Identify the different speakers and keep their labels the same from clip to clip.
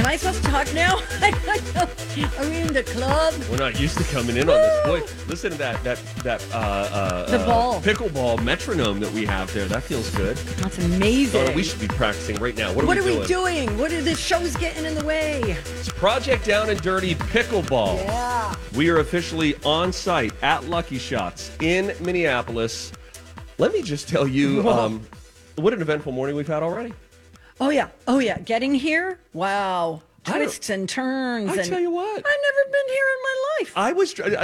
Speaker 1: I come talk now? I'm in the club.
Speaker 2: We're not used to coming in on this. Boy, listen to that that that uh, uh,
Speaker 1: The
Speaker 2: uh,
Speaker 1: ball.
Speaker 2: pickleball metronome that we have there. That feels good.
Speaker 1: That's amazing.
Speaker 2: Donna, Oh, we should be practicing right now. What are
Speaker 1: what
Speaker 2: we
Speaker 1: are we
Speaker 2: doing?
Speaker 1: doing? What are the shows getting in the way?
Speaker 2: It's Project Down and Dirty Pickleball.
Speaker 1: Yeah.
Speaker 2: We are officially on site at Lucky Shots in Minneapolis. Let me just tell you, um, what an eventful morning we've had already.
Speaker 1: Oh yeah. Oh yeah. Getting here? Wow.
Speaker 2: I don't-
Speaker 1: Twists and turns.
Speaker 2: I
Speaker 1: and
Speaker 2: tell you what.
Speaker 1: I've never been here in my life.
Speaker 2: I was dr-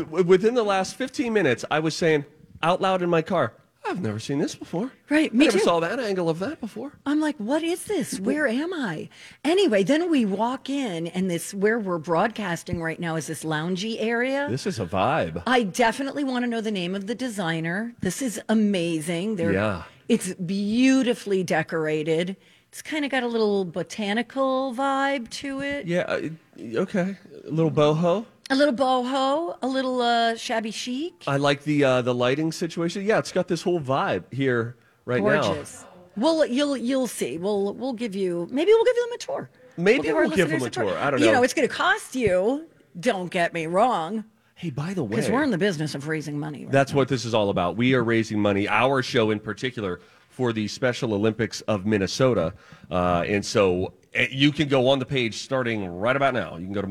Speaker 2: I, I- within the last 15 minutes. I was saying out loud in my car, "I've never seen this before.
Speaker 1: Right,
Speaker 2: I
Speaker 1: me
Speaker 2: never
Speaker 1: too.
Speaker 2: saw that angle of that before."
Speaker 1: I'm like, what is this? Where am I? Anyway, then we walk in, and this where we're broadcasting right now is this loungy area.
Speaker 2: This is a vibe.
Speaker 1: I definitely want to know the name of the designer. This is amazing. They're,
Speaker 2: Yeah.
Speaker 1: It's beautifully decorated. It's kind of got a little botanical vibe to it.
Speaker 2: Yeah. uh, Okay. A little boho.
Speaker 1: A little boho, a little uh, shabby chic.
Speaker 2: I like the uh, the lighting situation. Yeah, it's got this whole vibe here right now.
Speaker 1: Gorgeous. Well, you'll you'll see. We'll we'll give you maybe we'll give them a tour.
Speaker 2: Maybe
Speaker 1: our
Speaker 2: we'll give them
Speaker 1: listeners
Speaker 2: a tour. I don't
Speaker 1: You
Speaker 2: know.
Speaker 1: know, it's going to cost you. Don't get me wrong,
Speaker 2: Hey, by the way,
Speaker 1: because we're in the business of raising money. Right?
Speaker 2: That's what this is all about. We are raising money, our show in particular, for the Special Olympics of Minnesota. Uh, and so eh, you can go on the page starting right about now. You can go to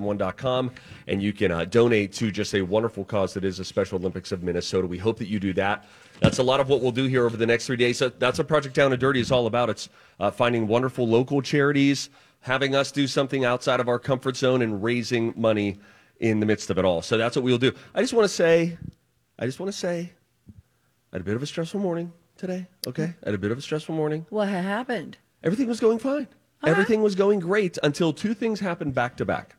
Speaker 2: mytalk1071.com and you can uh, donate to just a wonderful cause that is the Special Olympics of Minnesota. We hope that you do that. That's a lot of what we'll do here over the next three days. So that's what Project Down and Dirty is all about. It's uh, finding wonderful local charities, having us do something outside of our comfort zone, and raising money in the midst of it all. So that's what we'll do. I just want to say, I just want to say, I had a bit of a stressful morning today. Okay, I had a bit of a stressful morning.
Speaker 1: What ha- happened?
Speaker 2: Everything was going fine.
Speaker 1: Uh-huh.
Speaker 2: Everything was going great until two things happened back to back.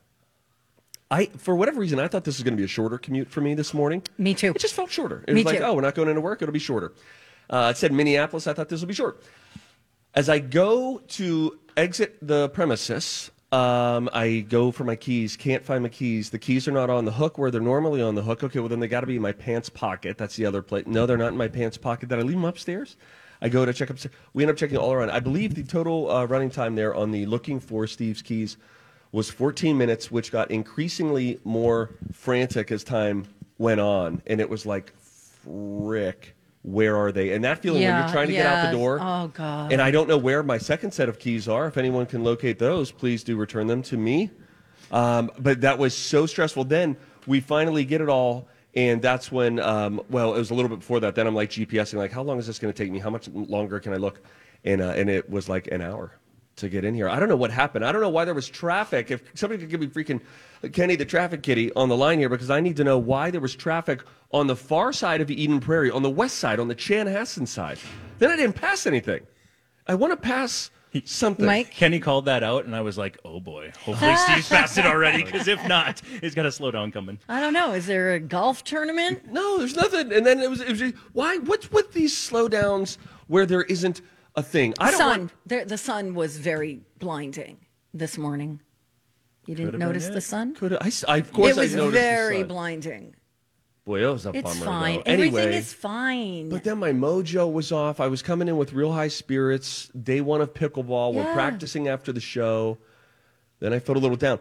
Speaker 2: I, for whatever reason, I thought this was going to be a shorter commute for me this morning.
Speaker 1: Me too.
Speaker 2: It just felt shorter. It
Speaker 1: Me
Speaker 2: was like,
Speaker 1: too.
Speaker 2: oh, we're not going into work. It'll be shorter. Uh, it said Minneapolis. I thought this will be short. As I go to exit the premises, um, I go for my keys. Can't find my keys. The keys are not on the hook where they're normally on the hook. Okay, well then they got to be in my pants pocket. That's the other place. No, they're not in my pants pocket. Did I leave them upstairs? I go to check upstairs. We end up checking all around. I believe the total uh, running time there on the looking for Steve's keys was 14 minutes, which got increasingly more frantic as time went on, and it was like, frick, where are they? And that feeling when
Speaker 1: Yeah,
Speaker 2: you're trying to get out
Speaker 1: yes.
Speaker 2: the door.
Speaker 1: Oh, God.
Speaker 2: And I don't know where my second set of keys are. If anyone can locate those, please do return them to me. Um, but that was so stressful. Then we finally get it all. And that's when, um, well, it was a little bit before that. Then I'm like GPSing, like, how long is this going to take me? How much longer can I look? And, uh, and it was like an hour to get in here. I don't know what happened. I don't know why there was traffic. If somebody could give me freaking uh, Kenny the traffic kitty on the line here, because I need to know why there was traffic on the far side of Eden Prairie, on the west side, on the Chanhassen side. Then I didn't pass anything. I want to pass something.
Speaker 1: Mike?
Speaker 3: Kenny called that out, and I was like, "Oh boy, hopefully Steve's passed it already. Because if not, he's got a slowdown coming."
Speaker 1: I don't know. Is there a golf tournament?
Speaker 2: No, there's nothing. And then it was, it was just, why? What's with these slowdowns where there isn't a thing? I don't
Speaker 1: sun.
Speaker 2: want-
Speaker 1: The, the sun was very blinding this morning. You didn't
Speaker 3: Could've been
Speaker 1: notice the
Speaker 3: it.
Speaker 1: sun?
Speaker 2: Could I, I- of course,
Speaker 1: it was
Speaker 2: I noticed
Speaker 1: very
Speaker 2: the sun.
Speaker 1: blinding.
Speaker 2: Boy, that was a
Speaker 1: It's
Speaker 2: bummer.
Speaker 1: fine.
Speaker 2: though. Anyway,
Speaker 1: Everything is fine.
Speaker 2: But then my mojo was off. I was coming in with real high spirits. Day one of pickleball. We're
Speaker 1: Yeah.
Speaker 2: practicing after the show. Then I felt a little down.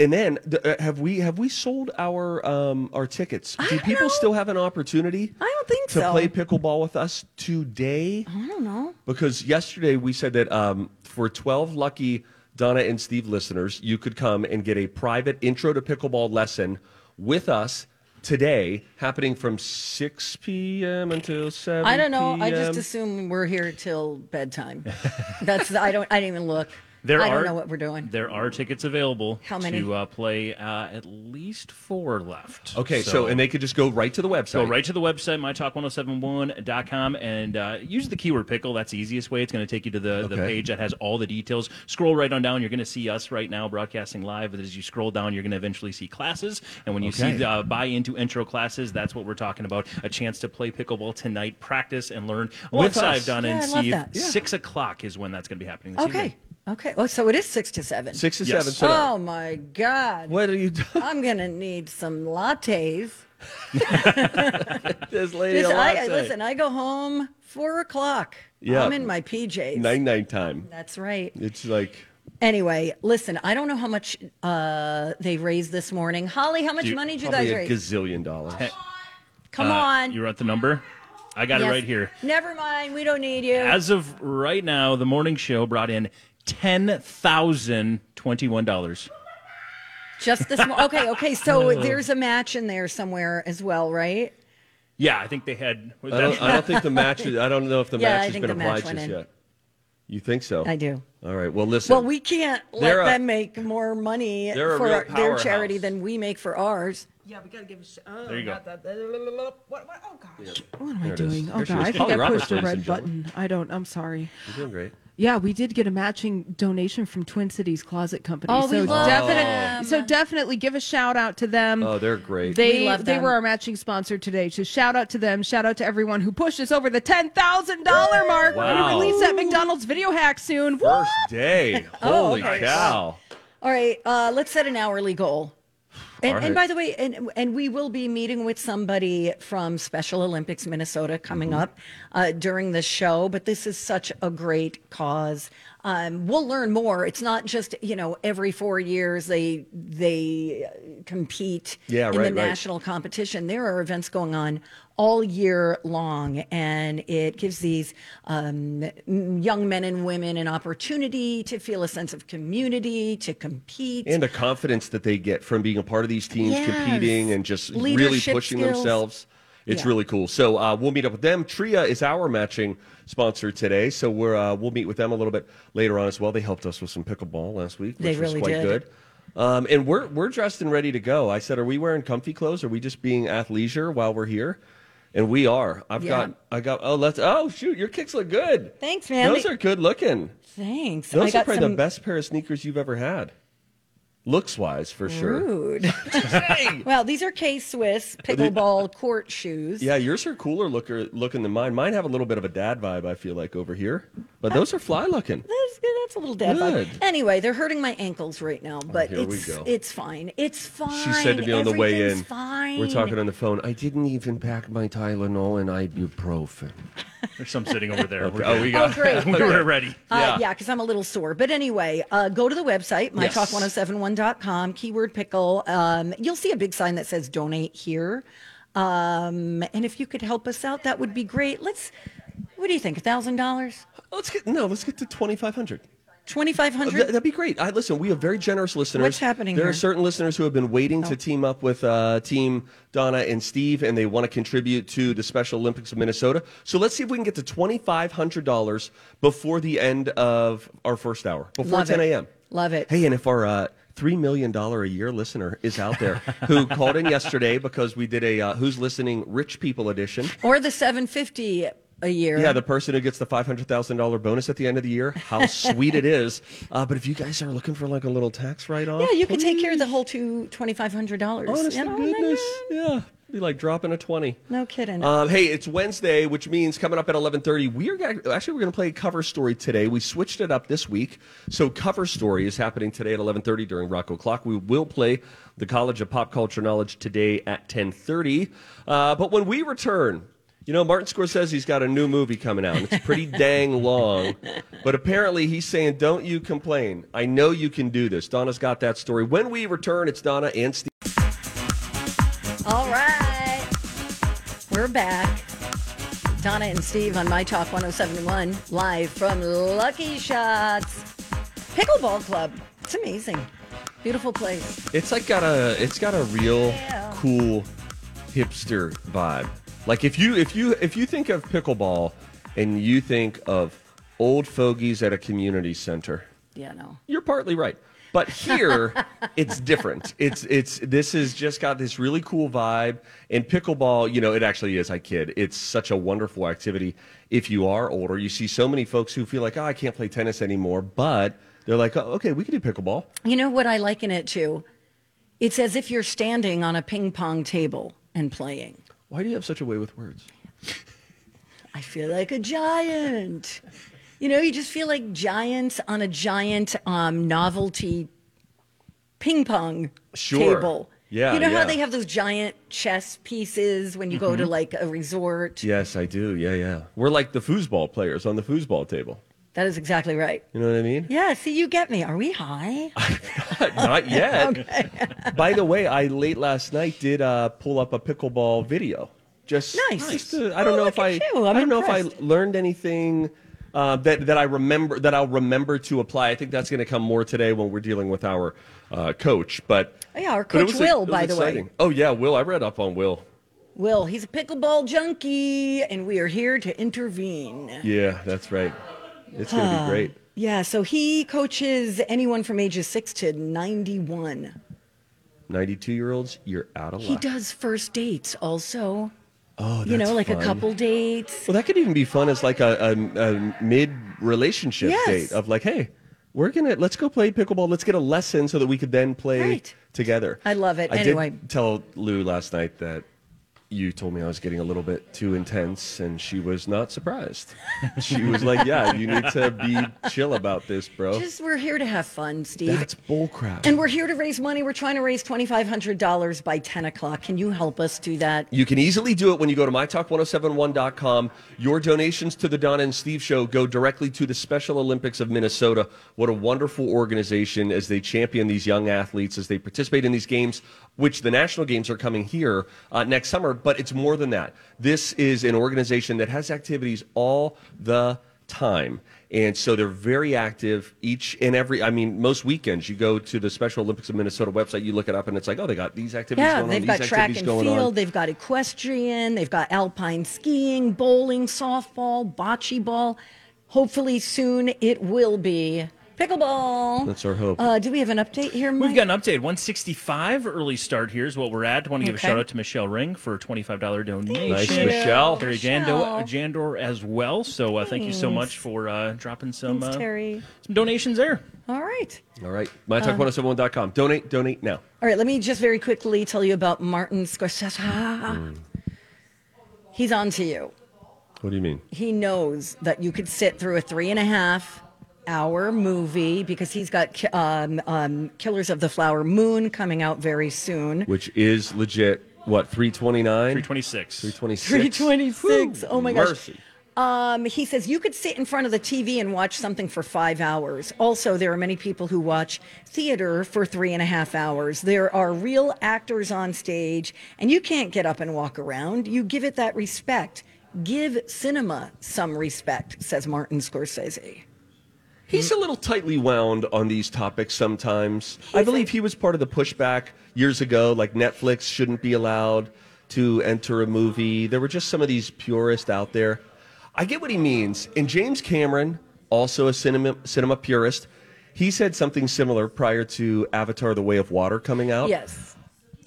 Speaker 2: And then th- uh, have we have we sold our um, our tickets? Do
Speaker 1: don't
Speaker 2: people
Speaker 1: know.
Speaker 2: still have an opportunity?
Speaker 1: I don't think
Speaker 2: to
Speaker 1: so.
Speaker 2: play pickleball with us today.
Speaker 1: I don't know.
Speaker 2: Because yesterday we said that um, for 12 lucky Donna and Steve listeners, you could come and get a private intro to pickleball lesson with us today, happening from 6 p.m. until 7
Speaker 1: I don't know. I
Speaker 2: p.m..
Speaker 1: just assume we're here till bedtime. That's the, I don't. I didn't even look.
Speaker 3: There
Speaker 1: I
Speaker 3: are,
Speaker 1: don't know what we're doing.
Speaker 3: There are tickets available.
Speaker 1: How many?
Speaker 3: to uh, play? Uh, at least four left.
Speaker 2: Okay, so, and they could just go right to the website.
Speaker 3: Go right to the website, mytalk1071.com, and uh, use the keyword pickle. That's the easiest way. It's going to take you to the, the
Speaker 2: Okay.
Speaker 3: page that has all the details. Scroll right on down. You're going to see us right now broadcasting live. But as you scroll down, you're going to eventually see classes. And when you
Speaker 2: Okay.
Speaker 3: see the, uh, buy into intro classes, that's what we're talking about. A chance to play pickleball tonight, practice, and learn.
Speaker 2: With
Speaker 3: Once I've
Speaker 2: us.
Speaker 3: done
Speaker 1: Yeah,
Speaker 3: and
Speaker 1: I love
Speaker 3: see
Speaker 1: that. Yeah.
Speaker 3: six o'clock is when that's going to be happening this evening.
Speaker 1: okay. Okay. Oh, so it is six to seven.
Speaker 2: 6 to
Speaker 3: Yes.
Speaker 2: 7. So
Speaker 1: Oh my God.
Speaker 2: What are you doing?
Speaker 1: I'm gonna need some lattes.
Speaker 2: this lady
Speaker 1: Listen,
Speaker 2: a
Speaker 1: I, I-
Speaker 2: latte?
Speaker 1: listen. I go home four o'clock.
Speaker 2: Yeah.
Speaker 1: I'm in my PJs.
Speaker 2: Night, night time.
Speaker 1: That's right.
Speaker 2: It's like
Speaker 1: Anyway, listen, I don't know how much uh, they raised this morning. Holly, how much
Speaker 3: Dude,
Speaker 1: money did you
Speaker 2: Probably uh,
Speaker 1: guys
Speaker 2: a
Speaker 1: raise?
Speaker 2: gazillion dollars.
Speaker 1: Come on.
Speaker 3: You wrote uh, the number? I got it
Speaker 1: Yes.
Speaker 3: right here.
Speaker 1: Never mind. We don't need you.
Speaker 3: As of right now, the morning show brought in $10,021.
Speaker 1: Just this. Mo- okay. Okay. So
Speaker 2: Uh-huh.
Speaker 1: there's a match in there somewhere as well, right?
Speaker 3: Yeah, I think they had.
Speaker 2: I don't, I don't think the match. is- I don't know if the
Speaker 1: Yeah, I
Speaker 2: match has
Speaker 1: think
Speaker 2: been
Speaker 1: the match
Speaker 2: applied
Speaker 1: went
Speaker 2: just
Speaker 1: in.
Speaker 2: yet. You think so?
Speaker 1: I do.
Speaker 2: All right. Well, listen.
Speaker 1: Well, we can't let
Speaker 2: They're a-
Speaker 1: them make more money
Speaker 2: They're a
Speaker 1: for
Speaker 2: real
Speaker 1: our- their charity
Speaker 2: powerhouse.
Speaker 1: than we make for ours.
Speaker 4: Yeah, we gotta give a sh- oh,
Speaker 3: There you go.
Speaker 4: not that- What, what, oh gosh. What am
Speaker 2: There
Speaker 4: I
Speaker 2: it is.
Speaker 4: doing? Oh
Speaker 2: There she
Speaker 4: god,
Speaker 2: is.
Speaker 4: I think
Speaker 2: Holly
Speaker 4: I
Speaker 2: Roberts,
Speaker 4: pushed the
Speaker 2: ladies and
Speaker 4: red
Speaker 2: gentlemen.
Speaker 4: button. I don't. I'm sorry.
Speaker 2: You're doing great.
Speaker 4: Yeah, we did get a matching donation from Twin Cities Closet Company.
Speaker 1: Oh, we
Speaker 4: so
Speaker 1: love them.
Speaker 4: definitely, so definitely give a shout out to them.
Speaker 2: Oh, they're great.
Speaker 4: They
Speaker 1: We love
Speaker 4: they
Speaker 1: them.
Speaker 4: were our matching sponsor today. So shout out to them. Shout out to everyone who pushed us over the ten thousand dollar mark. We're
Speaker 3: Wow.
Speaker 4: gonna release that McDonald's video hack soon. Woo!
Speaker 2: First day. Holy
Speaker 1: okay.
Speaker 2: cow.
Speaker 1: All right. Uh, let's set an hourly goal. And,
Speaker 2: All
Speaker 1: and by
Speaker 2: right.
Speaker 1: the way, and, and we will be meeting with somebody from Special Olympics Minnesota coming
Speaker 2: Mm-hmm.
Speaker 1: up uh, during the show. But this is such a great cause. Um, we'll learn more. It's not just you know every four years they they uh, compete
Speaker 2: Yeah,
Speaker 1: in
Speaker 2: right,
Speaker 1: the
Speaker 2: right.
Speaker 1: national competition. There are events going on all year long, and it gives these um, m- young men and women an opportunity to feel a sense of community, to compete.
Speaker 2: And the confidence that they get from being a part of these teams,
Speaker 1: Yes.
Speaker 2: competing, and just really
Speaker 1: Leadership
Speaker 2: pushing
Speaker 1: skills.
Speaker 2: themselves. It's
Speaker 1: Yeah.
Speaker 2: really cool. So uh, we'll meet up with them. Tria is our matching sponsor today, so we're uh, we'll meet with them a little bit later on as well. They helped us with some pickleball last week, which
Speaker 1: They
Speaker 2: was
Speaker 1: really
Speaker 2: quite
Speaker 1: did.
Speaker 2: good. Um, and we're we're dressed and ready to go. I said, "Are we wearing comfy clothes? Are we just being athleisure while we're here?" And we are. I've
Speaker 1: Yeah.
Speaker 2: got I got. Oh, let's. Oh, shoot, your kicks look good.
Speaker 1: Thanks, man.
Speaker 2: Those
Speaker 1: They-
Speaker 2: are good looking.
Speaker 1: Thanks.
Speaker 2: Those
Speaker 1: I
Speaker 2: are
Speaker 1: got
Speaker 2: probably
Speaker 1: some
Speaker 2: the best pair of sneakers you've ever had. Looks wise, for sure.
Speaker 1: Rude. well, these are K Swiss pickleball court shoes.
Speaker 2: Yeah, yours are cooler looker looking than mine. Mine have a little bit of a dad vibe, I feel like, over here. But those are fly looking.
Speaker 1: That's, good. that's a little dead
Speaker 2: Good. Oh,
Speaker 1: vibe. Anyway, they're hurting my ankles right now, but
Speaker 2: here we
Speaker 1: it's
Speaker 2: go.
Speaker 1: it's fine. It's fine.
Speaker 2: She said to me on the way in,
Speaker 1: Everything's Fine.
Speaker 2: we're talking on the phone, I didn't even pack my Tylenol and ibuprofen.
Speaker 3: There's some sitting over there. We're
Speaker 2: uh, Oh,
Speaker 3: good.
Speaker 2: we
Speaker 1: Oh,
Speaker 2: got
Speaker 1: great.
Speaker 3: we were ready.
Speaker 1: Uh,
Speaker 2: Yeah.
Speaker 1: yeah, because I'm a little sore. But anyway, uh, go to the website,
Speaker 2: Yes.
Speaker 1: mytalk1071.com, keyword pickle. Um, you'll see a big sign that says donate here. Um, and if you could help us out, that would be great. Let's, what do you think, $1,000?
Speaker 2: Let's get, no, let's get to 2,500. Th-
Speaker 1: 2500
Speaker 2: that'd be great. I listen. We have very generous listeners.
Speaker 1: What's happening
Speaker 2: There are
Speaker 1: here? Oh.
Speaker 2: certain listeners who have been waiting to team up with uh, Team Donna and Steve, and they want to contribute to the Special Olympics of Minnesota. So let's see if we can get to twenty five hundred dollars before the end of our first hour, before
Speaker 1: Love it.
Speaker 2: ten a.m.
Speaker 1: Love it.
Speaker 2: Hey, and if our uh, three million dollar a year listener is out there who called in yesterday because we did a uh, Who's Listening Rich People edition.
Speaker 1: or the 750 a year.
Speaker 2: Yeah, the person who gets the five hundred thousand dollar bonus at the end of the year, how sweet it is! Uh, but if you guys are looking for like a little tax write off,
Speaker 1: yeah, you could take care of the whole two twenty five hundred dollars.
Speaker 2: Honest
Speaker 1: you
Speaker 2: to
Speaker 1: know, and then,
Speaker 2: goodness,
Speaker 1: uh,
Speaker 2: yeah, be like dropping a twenty.
Speaker 1: No kidding.
Speaker 2: Um, hey, it's Wednesday, which means coming up at eleven thirty, we are gonna, actually we're going to play cover story today. We switched it up this week, so cover story is happening today at eleven thirty during Rocco Clock. We will play the College of Pop Culture Knowledge today at ten thirty. Uh, but when we return. You know, Martin Scorsese's got a new movie coming out. and It's pretty dang long, but apparently he's saying, "Don't you complain? I know you can do this." Donna's got that story. When we return, it's Donna and Steve.
Speaker 1: All right. We're back. Donna and Steve on My Talk 1071, live from Lucky Shots Pickleball Club. It's amazing. Beautiful place.
Speaker 2: It's like got a it's got a real
Speaker 1: Yeah.
Speaker 2: cool hipster vibe. Like if you if you if you think of pickleball and you think of old fogies at a community center,
Speaker 1: Yeah, no.
Speaker 2: you're partly right. But here it's different. It's it's this has just got this really cool vibe and pickleball, you know, it actually is I kid. It's such a wonderful activity if you are older. You see so many folks who feel like, "Oh, I can't play tennis anymore," but they're like, "Oh, okay, we can do pickleball."
Speaker 1: You know what I liken it to? It's as if you're standing on a ping pong table and playing.
Speaker 2: Why do you have such a way with words?
Speaker 1: I feel like a giant. You know, you just feel like giants on a giant um, novelty ping pong
Speaker 2: Sure.
Speaker 1: table.
Speaker 2: Yeah,
Speaker 1: You know
Speaker 2: yeah. Mm-hmm.
Speaker 1: how they have those giant chess pieces when you go to like a resort?
Speaker 2: Yes, I do. Yeah, yeah. We're like the foosball players on the foosball table.
Speaker 1: That is exactly right.
Speaker 2: You know what I mean?
Speaker 1: Yeah, see, you get me. Are we high?
Speaker 2: Not yet. By the way, I late last night did uh, pull up a pickleball video. Just
Speaker 1: Nice.
Speaker 2: Just, uh, I don't
Speaker 1: Oh,
Speaker 2: know
Speaker 1: look
Speaker 2: if I.
Speaker 1: at you. I'm
Speaker 2: I don't know if
Speaker 1: impressed.
Speaker 2: I learned anything uh, that that I remember that I'll remember to apply. I think that's going to come more today when we're dealing with our uh, coach. But
Speaker 1: Oh, yeah, our
Speaker 2: but it
Speaker 1: coach
Speaker 2: was-
Speaker 1: Will,
Speaker 2: it was
Speaker 1: by the way.
Speaker 2: exciting. Oh yeah, Will. I read up on Will.
Speaker 1: Will, he's a pickleball junkie, and we are here to intervene.
Speaker 2: Yeah, that's right. It's going to be great.
Speaker 1: Yeah, so he coaches anyone from ages 6 to 91.
Speaker 2: Ninety-two year olds, you're out of luck.
Speaker 1: He does first dates also.
Speaker 2: Oh,
Speaker 1: you know,
Speaker 2: that's
Speaker 1: like a
Speaker 2: fun.
Speaker 1: couple dates.
Speaker 2: Well, that could even be fun as like a, a, a mid relationship
Speaker 1: Yes.
Speaker 2: date of like, hey, we're gonna let's go play pickleball. Let's get a lesson so that we could then play
Speaker 1: Right.
Speaker 2: together.
Speaker 1: I love it.
Speaker 2: I
Speaker 1: Anyway.
Speaker 2: did tell Lou last night that you told me I was getting a little bit too intense, and she was not surprised. she was like, "Yeah, you need to be chill about this, bro.
Speaker 1: Just we're here to have fun, Steve.
Speaker 2: That's bullcrap."
Speaker 1: and we're here to raise money. We're trying to raise $2,500 by 10 o'clock. Can you help us do that?
Speaker 2: You can easily do it when you go to mytalk1071.com. Your donations to the Donna and Steve show go directly to the Special Olympics of Minnesota. What a wonderful organization as they champion these young athletes, as they participate in these games, which the national games are coming here uh, next summer. But it's more than that. This is an organization that has activities all the time. And so they're very active each and every. I mean, most weekends you go to the Special Olympics of Minnesota website, you look it up, and it's like, oh, they got these activities
Speaker 1: Yeah,
Speaker 2: going on,
Speaker 1: they've
Speaker 2: these
Speaker 1: got track
Speaker 2: activities
Speaker 1: and
Speaker 2: going on.
Speaker 1: field, they've got equestrian, they've got alpine skiing, bowling, softball, bocce ball. Hopefully soon it will be pickleball.
Speaker 2: That's our hope.
Speaker 1: Uh, do we have an update here, Mike?
Speaker 3: We've got an update. 165 early start here is what we're at. want to give
Speaker 1: Okay.
Speaker 3: a shout out to Michelle Ring for a $25 donation.
Speaker 2: Nice, Michelle.
Speaker 3: Terry
Speaker 1: Michelle.
Speaker 3: Jando, uh, Jandor as well. So uh, thank you so much for uh, dropping some
Speaker 1: Thanks,
Speaker 3: uh,
Speaker 1: Terry.
Speaker 3: some donations there.
Speaker 1: All right.
Speaker 2: All right. MyTalk1071.com. Donate, donate now.
Speaker 1: All right, let me just very quickly tell you about Martin Scorsese.
Speaker 2: Mm.
Speaker 1: He's on to you.
Speaker 2: What do you mean?
Speaker 1: He knows that you could sit through a three and a half hour movie because he's got ki- um, um, Killers of the Flower Moon coming out very soon.
Speaker 2: Which is legit, what, 329?
Speaker 3: 326.
Speaker 2: 326.
Speaker 1: 326. Oh my gosh.
Speaker 2: Mercy.
Speaker 1: Um, he says you could sit in front of the TV and watch something for five hours. Also, there are many people who watch theater for three and a half hours. There are real actors on stage, and you can't get up and walk around. You give it that respect. Give cinema some respect, says Martin Scorsese.
Speaker 2: He's a little tightly wound on these topics sometimes. I believe he was part of the pushback years ago, like Netflix shouldn't be allowed to enter a movie. There were just some of these purists out there. I get what he means. And James Cameron, also a cinema, cinema purist, he said something similar prior to Avatar The Way of Water coming out.
Speaker 1: Yes.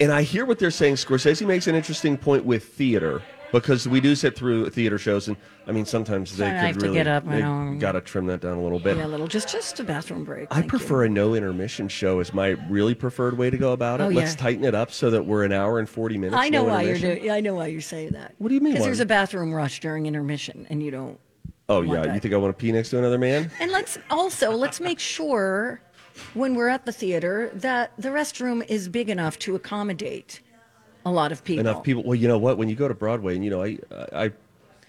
Speaker 2: and I hear what they're saying. Scorsese makes an interesting point with theater because we do sit through theater shows, and I mean sometimes they
Speaker 1: Sorry, I
Speaker 2: could
Speaker 1: have to
Speaker 2: really
Speaker 1: get up, I know.
Speaker 2: got to trim that down a little bit.
Speaker 1: Yeah, a little, just just a bathroom break.
Speaker 2: I
Speaker 1: Thank you.
Speaker 2: prefer a no intermission show is my really preferred way to go about it.
Speaker 1: Oh,
Speaker 2: Let's
Speaker 1: yeah.
Speaker 2: tighten it up so that we're an hour and forty minutes.
Speaker 1: I know
Speaker 2: no
Speaker 1: why you're
Speaker 2: intermission.
Speaker 1: doing. yeah, I know why you're saying that.
Speaker 2: What do you mean,
Speaker 1: Because
Speaker 2: why?
Speaker 1: there's a bathroom rush during intermission, and you don't.
Speaker 2: Oh
Speaker 1: want
Speaker 2: yeah,
Speaker 1: that.
Speaker 2: you think I want to pee next to another man?
Speaker 1: And let's also let's make sure when we're at the theater that the restroom is big enough to accommodate a lot of people.
Speaker 2: Enough people. Well, you know what? When you go to Broadway, and you know, I, I,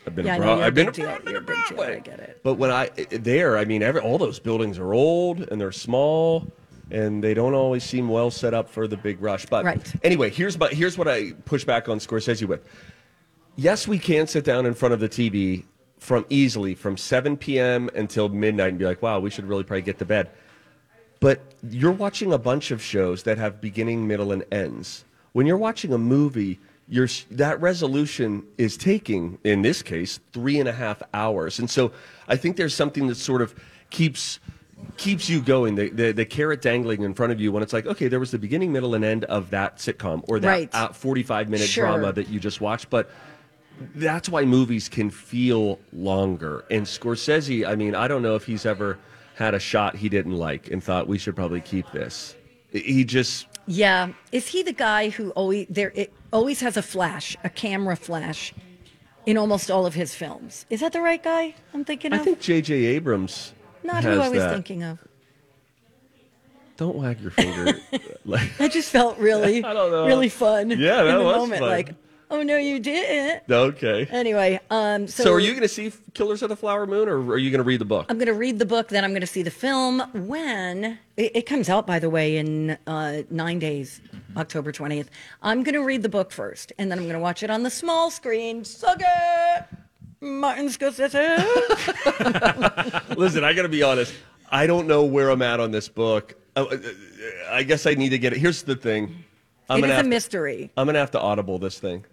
Speaker 2: I've been
Speaker 1: Yeah, I
Speaker 2: to
Speaker 1: know
Speaker 2: Broadway.
Speaker 1: you're a
Speaker 2: I've been
Speaker 1: big
Speaker 2: to
Speaker 1: deal.
Speaker 2: Broad- I've been
Speaker 1: You're a
Speaker 2: to
Speaker 1: big deal.
Speaker 2: Broadway.
Speaker 1: I get it.
Speaker 2: But when I there, I mean, every all those buildings are old and they're small, and they don't always seem well set up for the big rush. But
Speaker 1: Right.
Speaker 2: anyway, here's but here's what I push back on Scorsese with. Yes, we can sit down in front of the TV from easily from 7 p.m. until midnight and be like, wow, we should really probably get to bed. But you're watching a bunch of shows that have beginning, middle, and ends. When you're watching a movie, you that resolution is taking, in this case, three and a half hours. And so I think there's something that sort of keeps keeps you going the, the the carrot dangling in front of you when it's like okay there was the beginning middle and end of that sitcom or that
Speaker 1: Right.
Speaker 2: uh, 45 minute
Speaker 1: Sure.
Speaker 2: drama that you just watched but that's why movies can feel longer. And Scorsese, I mean, I don't know if he's ever had a shot he didn't like and thought we should probably keep this. He just
Speaker 1: Yeah, is he the guy who always there it always has a flash, a camera flash, in almost all of his films? Is that the right guy? I'm thinking
Speaker 2: I
Speaker 1: of
Speaker 2: think JJ Abrams
Speaker 1: not
Speaker 2: has
Speaker 1: who I was
Speaker 2: that.
Speaker 1: thinking of.
Speaker 2: Don't wag your finger. like
Speaker 1: I just felt really,
Speaker 2: I don't know.
Speaker 1: really fun.
Speaker 2: Yeah, that
Speaker 1: in the
Speaker 2: was
Speaker 1: moment,
Speaker 2: fun.
Speaker 1: like, Oh no, you didn't.
Speaker 2: Okay.
Speaker 1: Anyway, um, so,
Speaker 2: So, are you going to see Killers of the Flower Moon, or are you going to read the book?
Speaker 1: I'm going to read the book, then I'm going to see the film. When it, it comes out, by the way, in uh, nine days, October 20th. I'm going to read the book first, and then I'm going to watch it on the small screen. Suck it, Martin Scorsese.
Speaker 2: Listen, I got to be honest. I don't know where I'm at on this book. Uh, uh, I guess I need to get it. Here's the thing. I'm
Speaker 1: it
Speaker 2: gonna
Speaker 1: is a
Speaker 2: have to-
Speaker 1: mystery. Uh,
Speaker 2: I'm gonna have to audible this thing.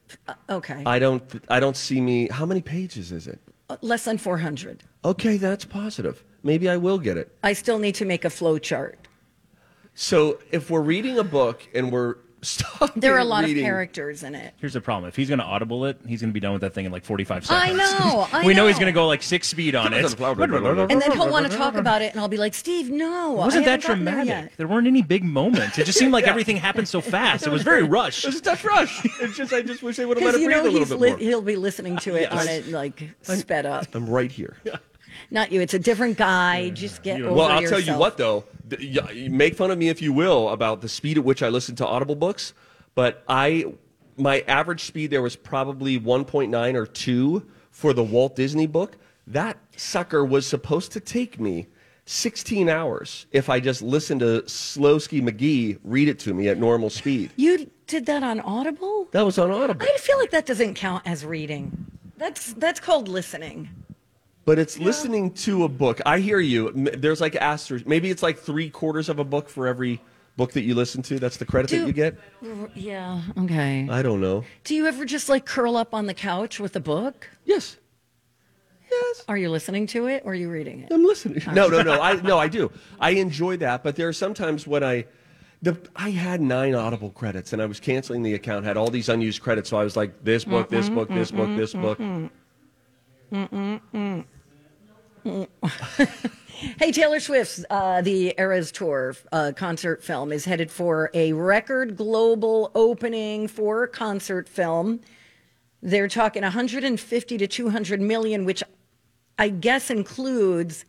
Speaker 1: Okay,
Speaker 2: I don't. I don't see me. How many pages is it?
Speaker 1: Uh, less than 400.
Speaker 2: Okay, that's positive. Maybe I will get it.
Speaker 1: I still need to make a flow chart.
Speaker 2: So if we're reading a book and we're stopping,
Speaker 1: There are a lot
Speaker 2: reading-
Speaker 1: of characters in it.
Speaker 3: Here's the problem. If he's going to audible it, he's going to be done with that thing in like 45
Speaker 1: I
Speaker 3: seconds.
Speaker 1: know, I
Speaker 3: we know, he's
Speaker 1: know.
Speaker 3: going to go like six speed on it.
Speaker 1: And then he'll want to talk about it, and I'll be like, Steve, no. I
Speaker 3: Wasn't that
Speaker 1: haven't gotten there
Speaker 3: dramatic? There,
Speaker 1: yet."
Speaker 3: weren't any big moments. It just seemed like everything happened so fast. It was very rushed.
Speaker 2: It's a tough rush. It's just I just wish they would have let
Speaker 1: Because
Speaker 2: it
Speaker 1: you
Speaker 2: breathe a
Speaker 1: know
Speaker 2: little
Speaker 1: he's
Speaker 2: bit
Speaker 1: li-
Speaker 2: more.
Speaker 1: he'll be listening to it on it like sped up.
Speaker 2: I'm right here.
Speaker 1: Not you. It's a different guy. Just get over
Speaker 2: Well, I'll
Speaker 1: yourself.
Speaker 2: tell you what, though. Th- y- you Make fun of me if you will about the speed at which I listen to Audible books, but I, my average speed there was probably 1.9 or 2 for the Walt Disney book. That sucker was supposed to take me 16 hours if I just listened to Slowski McGee read it to me at normal speed.
Speaker 1: You did that on Audible?
Speaker 2: That was on Audible,
Speaker 1: I feel like that doesn't count as reading. That's that's called listening.
Speaker 2: but it's listening to a book. I hear you. M- There's like asterisk. Maybe it's like three quarters of a book for every book that you listen to. That's the credit that
Speaker 1: Do-
Speaker 2: you get.
Speaker 1: R- Yeah. Okay.
Speaker 2: I don't know.
Speaker 1: Do you ever just like curl up on the couch with a book?
Speaker 2: Yes. Yes.
Speaker 1: Are you listening to it or are you reading it?
Speaker 2: I'm listening. No, no, no. I no, I do. I enjoy that, but there are sometimes when I the I had 9 audible credits and I was canceling the account, had all these unused credits, so I was like this book, this book, this book, this book.
Speaker 1: Hey, Taylor Swift's uh, the Eras Tour uh, concert film is headed for a record global opening for a concert film. They're talking 150 to 200 million, which I guess includes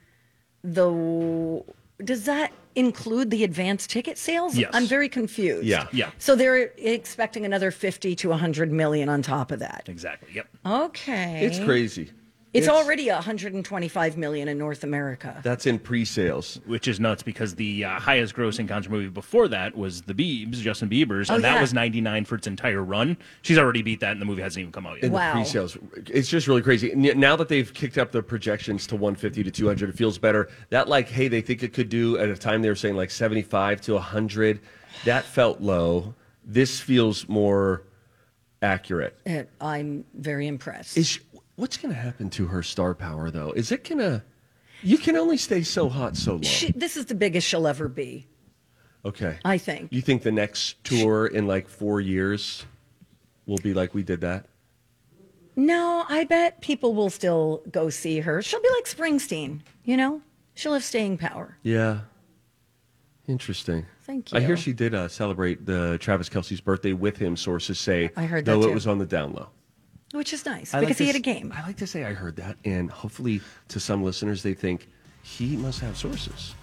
Speaker 1: the. Does that include the advance ticket sales?
Speaker 3: Yes.
Speaker 1: I'm very confused.
Speaker 2: Yeah.
Speaker 3: Yeah.
Speaker 1: So they're expecting another 50 to 100 million on top of that.
Speaker 3: Exactly. Yep.
Speaker 1: Okay.
Speaker 2: Eh? It's crazy.
Speaker 1: It's, already 125 million in North America.
Speaker 2: That's in pre-sales.
Speaker 3: Which is nuts because the uh, highest grossing concert movie before that was The Biebs, Justin Bieber's,
Speaker 1: Oh,
Speaker 3: and that
Speaker 1: yeah.
Speaker 3: was 99 for its entire run. She's already beat that, and the movie hasn't even come out yet.
Speaker 2: in
Speaker 1: Wow.
Speaker 2: the pre-sales. It's just really crazy. And yet Now that they've kicked up the projections to 150 to 200, it feels better. That like, hey, they think it could do at a time they were saying like 75 to 100. That felt low. This feels more accurate.
Speaker 1: Uh, I'm very impressed.
Speaker 2: Is she, what's going to happen to her star power though? Is it going to? You can only stay so hot so long.
Speaker 1: She, this is the biggest she'll ever be.
Speaker 2: okay.
Speaker 1: I think.
Speaker 2: You think the next tour in like four years will be like we did that?
Speaker 1: No, I bet people will still go see her. She'll be like Springsteen, you know? She'll have staying power.
Speaker 2: Yeah. Interesting.
Speaker 1: Thank
Speaker 2: I hear
Speaker 1: you.
Speaker 2: she did uh, celebrate the Travis Kelsey's birthday with him. Sources say.
Speaker 1: I heard that
Speaker 2: Though it
Speaker 1: too.
Speaker 2: was on the down low.
Speaker 1: Which is nice
Speaker 2: I like
Speaker 1: because
Speaker 2: to
Speaker 1: he had a
Speaker 2: s-
Speaker 1: game.
Speaker 2: I like to say I heard that, and hopefully, to some listeners, they think he must have sources.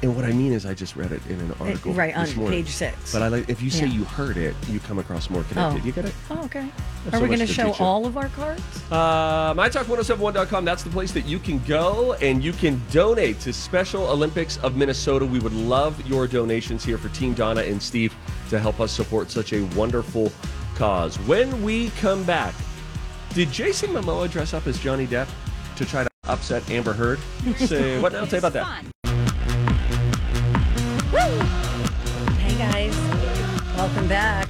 Speaker 2: And what I mean is, I just read it in an article
Speaker 1: Eh, right,
Speaker 2: this
Speaker 1: on
Speaker 2: morning.
Speaker 1: page six.
Speaker 2: But I like if you say
Speaker 1: Yeah.
Speaker 2: you heard it, you come across more connected. You get it?
Speaker 1: Oh, okay. Are
Speaker 2: so
Speaker 1: we
Speaker 2: much
Speaker 1: going to
Speaker 2: to
Speaker 1: show
Speaker 2: teach you.
Speaker 1: all of our cards?
Speaker 2: Uh, MyTalk1071.com, that's the place that you can go and you can donate to Special Olympics of Minnesota. We would love your donations here for Team Donna and Steve to help us support such a wonderful cause. When we come back, did Jason Momoa dress up as Johnny Depp to try to upset Amber Heard? Say, what now? Say about that.
Speaker 1: Hey, guys. Welcome back.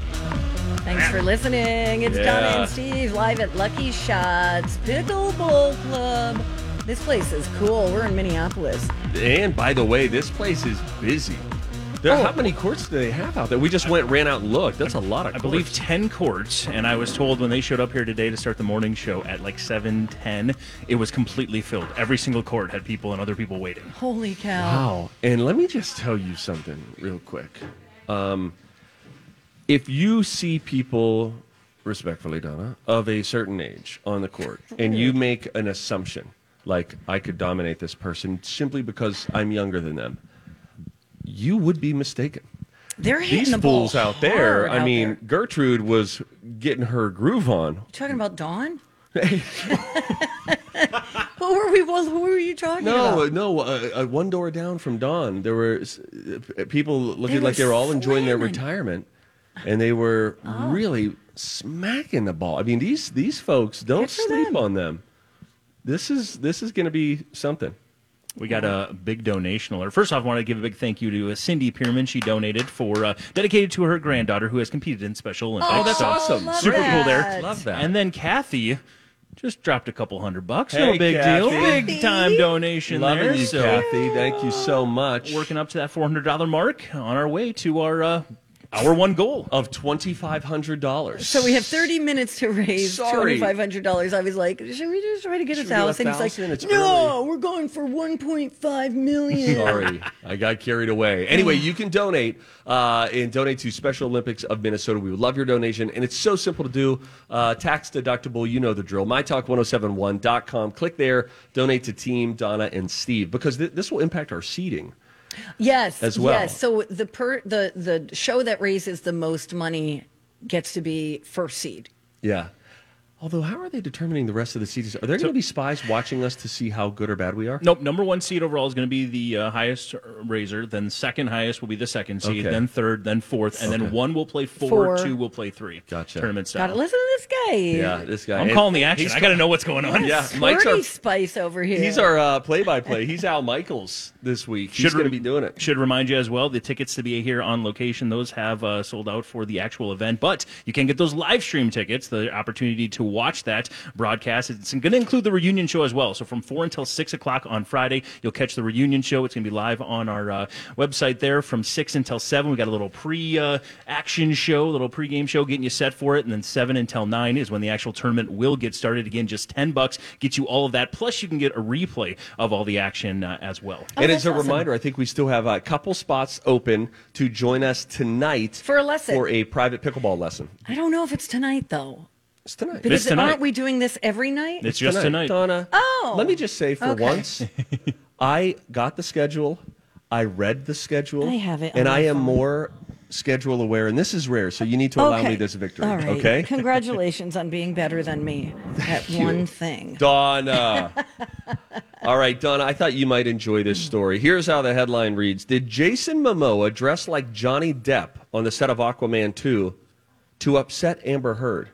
Speaker 1: Thanks for listening. It's Donna
Speaker 2: Yeah.
Speaker 1: and Steve live at Lucky Shots Pickleball Club. This place is cool. We're in Minneapolis.
Speaker 2: And by the way, this place is busy. There,
Speaker 1: Oh.
Speaker 2: How many courts do they have out there? We just went, ran out and looked. That's a lot of
Speaker 3: I
Speaker 2: courts.
Speaker 3: believe 10 courts, and I was told when they showed up here today to start the morning show at like 7.10, it was completely filled. Every single court had people and other people waiting.
Speaker 1: Holy cow.
Speaker 2: Wow. And let me just tell you something real quick. Um, if you see people, respectfully, Donna, of a certain age on the court, and you make an assumption, like, I could dominate this person simply because I'm younger than them, you would be mistaken.
Speaker 1: They're hitting
Speaker 2: These
Speaker 1: the
Speaker 2: fools
Speaker 1: ball
Speaker 2: out there.
Speaker 1: hard
Speaker 2: I
Speaker 1: out
Speaker 2: mean,
Speaker 1: there.
Speaker 2: Gertrude was getting her groove on.
Speaker 1: talking about Dawn. who were we? Well, who were you talking
Speaker 2: No,
Speaker 1: about?
Speaker 2: no, uh, uh, one door down from Dawn, there were s- uh, people looking
Speaker 1: were
Speaker 2: like they were all enjoying their
Speaker 1: slamming.
Speaker 2: retirement, and they were
Speaker 1: Oh.
Speaker 2: really smacking the ball. I mean, these these folks don't
Speaker 1: Good for
Speaker 2: sleep
Speaker 1: them.
Speaker 2: on them. This is this is going to be something.
Speaker 3: We got a big donation alert. First off, I want to give a big thank you to uh, Cindy Pierman. She donated for uh, dedicated to her granddaughter who has competed in Special Olympics.
Speaker 2: Oh, that's
Speaker 3: So,
Speaker 2: awesome.
Speaker 1: love
Speaker 3: Super cool there.
Speaker 1: that.
Speaker 2: Love that.
Speaker 3: And then Kathy just dropped a couple hundred bucks.
Speaker 2: Hey,
Speaker 3: no big deal.
Speaker 2: Kathy.
Speaker 3: Big time donation
Speaker 2: Loving
Speaker 3: there.
Speaker 2: you,
Speaker 3: so
Speaker 2: Kathy. Thank you so much.
Speaker 3: working up to that four hundred dollar mark on our way to our uh, our one goal.
Speaker 2: of twenty five hundred dollars.
Speaker 1: So we have 30 minutes to raise
Speaker 2: Sorry.
Speaker 1: $2,500. I was like, should we just try to get a
Speaker 2: Should we do a
Speaker 1: thousand? He's like,
Speaker 2: thousand? It's
Speaker 1: no, we're going for 1.5 million.
Speaker 2: Sorry, I got carried away. Anyway, you can donate uh, and donate to Special Olympics of Minnesota. We would love your donation, and it's so simple to do. Uh, tax deductible, you know the drill. MyTalk1071.com. Click there, donate to Team Donna and Steve because th- this will impact our seating.
Speaker 1: Yes,
Speaker 2: as well.
Speaker 1: Yes. So the per the the show that raises the most money gets to be first seed.
Speaker 2: Yeah. Although, how are they determining the rest of the seats? Are there going to be spies watching us to see how good or bad we are?
Speaker 3: Nope. Number one seed overall is going to be the uh, highest raiser. Then second highest will be the second seed.
Speaker 2: Okay.
Speaker 3: Then third. Then fourth. And
Speaker 2: Okay.
Speaker 3: then one will play four,
Speaker 1: Four.
Speaker 3: Two will play three.
Speaker 2: Gotcha.
Speaker 3: Tournament style.
Speaker 1: Got to listen to this guy.
Speaker 2: Yeah, this guy.
Speaker 3: I'm
Speaker 2: And
Speaker 3: calling the action.
Speaker 2: he's
Speaker 3: I got to know what's going on.
Speaker 2: Yeah. Mike's
Speaker 1: Flirty
Speaker 2: our-
Speaker 1: spice over here.
Speaker 2: He's our uh, play-by-play. He's Al Michaels this week. He's going to be
Speaker 3: re-
Speaker 2: doing it.
Speaker 3: Should remind you as well, the tickets to be here on location, those have uh, sold out for the actual event, but you can get those live stream tickets, the opportunity to watch that broadcast. It's going to include the reunion show as well. So from 4 until 6 o'clock on Friday, you'll catch the reunion show. It's going to be live on our uh, website there from 6 until 7. we got a little pre-action show, a little pre-game show getting you set for it, and then 7 until 9 is when the actual tournament will get started. Again, just 10 bucks gets you all of that, plus you can get a replay of all the action uh, as well.
Speaker 1: Oh,
Speaker 2: and as
Speaker 1: that's
Speaker 2: a
Speaker 1: awesome.
Speaker 2: reminder, I think we still have a couple spots open to join us tonight
Speaker 1: For a lesson.
Speaker 2: for a private pickleball lesson.
Speaker 1: I don't know if it's tonight though.
Speaker 2: It's tonight.
Speaker 1: Because
Speaker 3: tonight.
Speaker 1: aren't we doing this every night?
Speaker 3: It's just tonight.
Speaker 2: Donna.
Speaker 1: Oh.
Speaker 2: let me just say for
Speaker 1: Okay.
Speaker 2: once, I got the schedule. I read the schedule.
Speaker 1: I have it on
Speaker 2: and
Speaker 1: my
Speaker 2: I am
Speaker 1: phone.
Speaker 2: more schedule aware, and this is rare. So you need to allow me this victory.
Speaker 1: All right.
Speaker 2: Okay,
Speaker 1: Congratulations on being better than me at one thing.
Speaker 2: Donna. All right, Donna, I thought you might enjoy this story. Here's how the headline reads Did Jason Momoa dress like Johnny Depp on the set of Aquaman 2 to upset Amber Heard?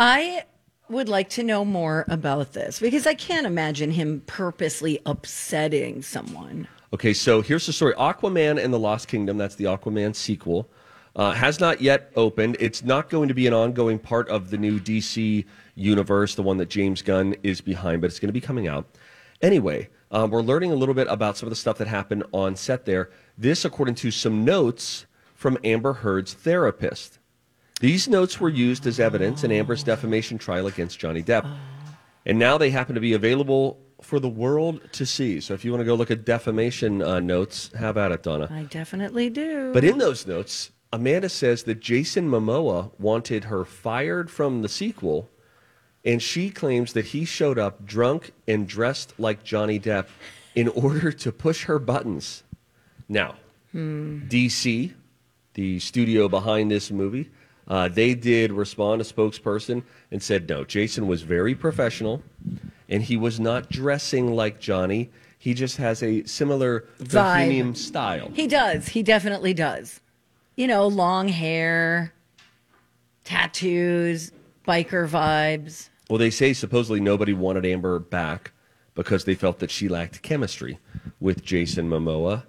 Speaker 1: I would like to know more about this because I can't imagine him purposely upsetting someone.
Speaker 2: Okay, so here's the story Aquaman and the Lost Kingdom, that's the Aquaman sequel, uh, has not yet opened. It's not going to be an ongoing part of the new DC universe, the one that James Gunn is behind, but it's going to be coming out. Anyway, um, we're learning a little bit about some of the stuff that happened on set there. This, according to some notes from Amber Heard's therapist. These notes were used as evidence in Amber's defamation trial against Johnny Depp. And now they happen to be available for the world to see. So if you want to go look at defamation uh, notes, have at it, Donna.
Speaker 1: I definitely do.
Speaker 2: But in those notes, Amanda says that Jason Momoa wanted her fired from the sequel, and she claims that he showed up drunk and dressed like Johnny Depp in order to push her buttons. Now, DC, the studio behind this movie, uh, they did respond to spokesperson and said no. Jason was very professional, and he was not dressing like Johnny. He just has a similar
Speaker 1: Vibe.
Speaker 2: bohemian style.
Speaker 1: He does. He definitely does. You know, long hair, tattoos, biker vibes.
Speaker 2: Well, they say supposedly nobody wanted Amber back because they felt that she lacked chemistry with Jason Momoa.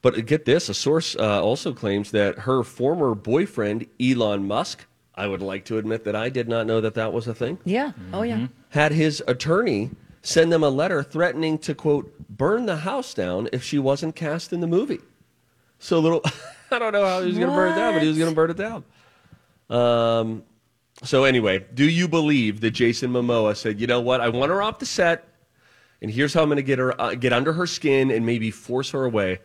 Speaker 2: But get this a source uh, also claims that her former boyfriend, Elon Musk, I would like to admit that I did not know that that was a thing,
Speaker 1: Yeah. Oh, yeah.
Speaker 2: had his attorney send them a letter threatening to, quote, burn the house down if she wasn't cast in the movie. So little, I don't know how he was going to burn it down, but he was going to burn it down. Um, So anyway, do you believe that Jason Momoa said, "You know what? I want her off the set, and here's how I'm going to get her uh, get under her skin and maybe force her away.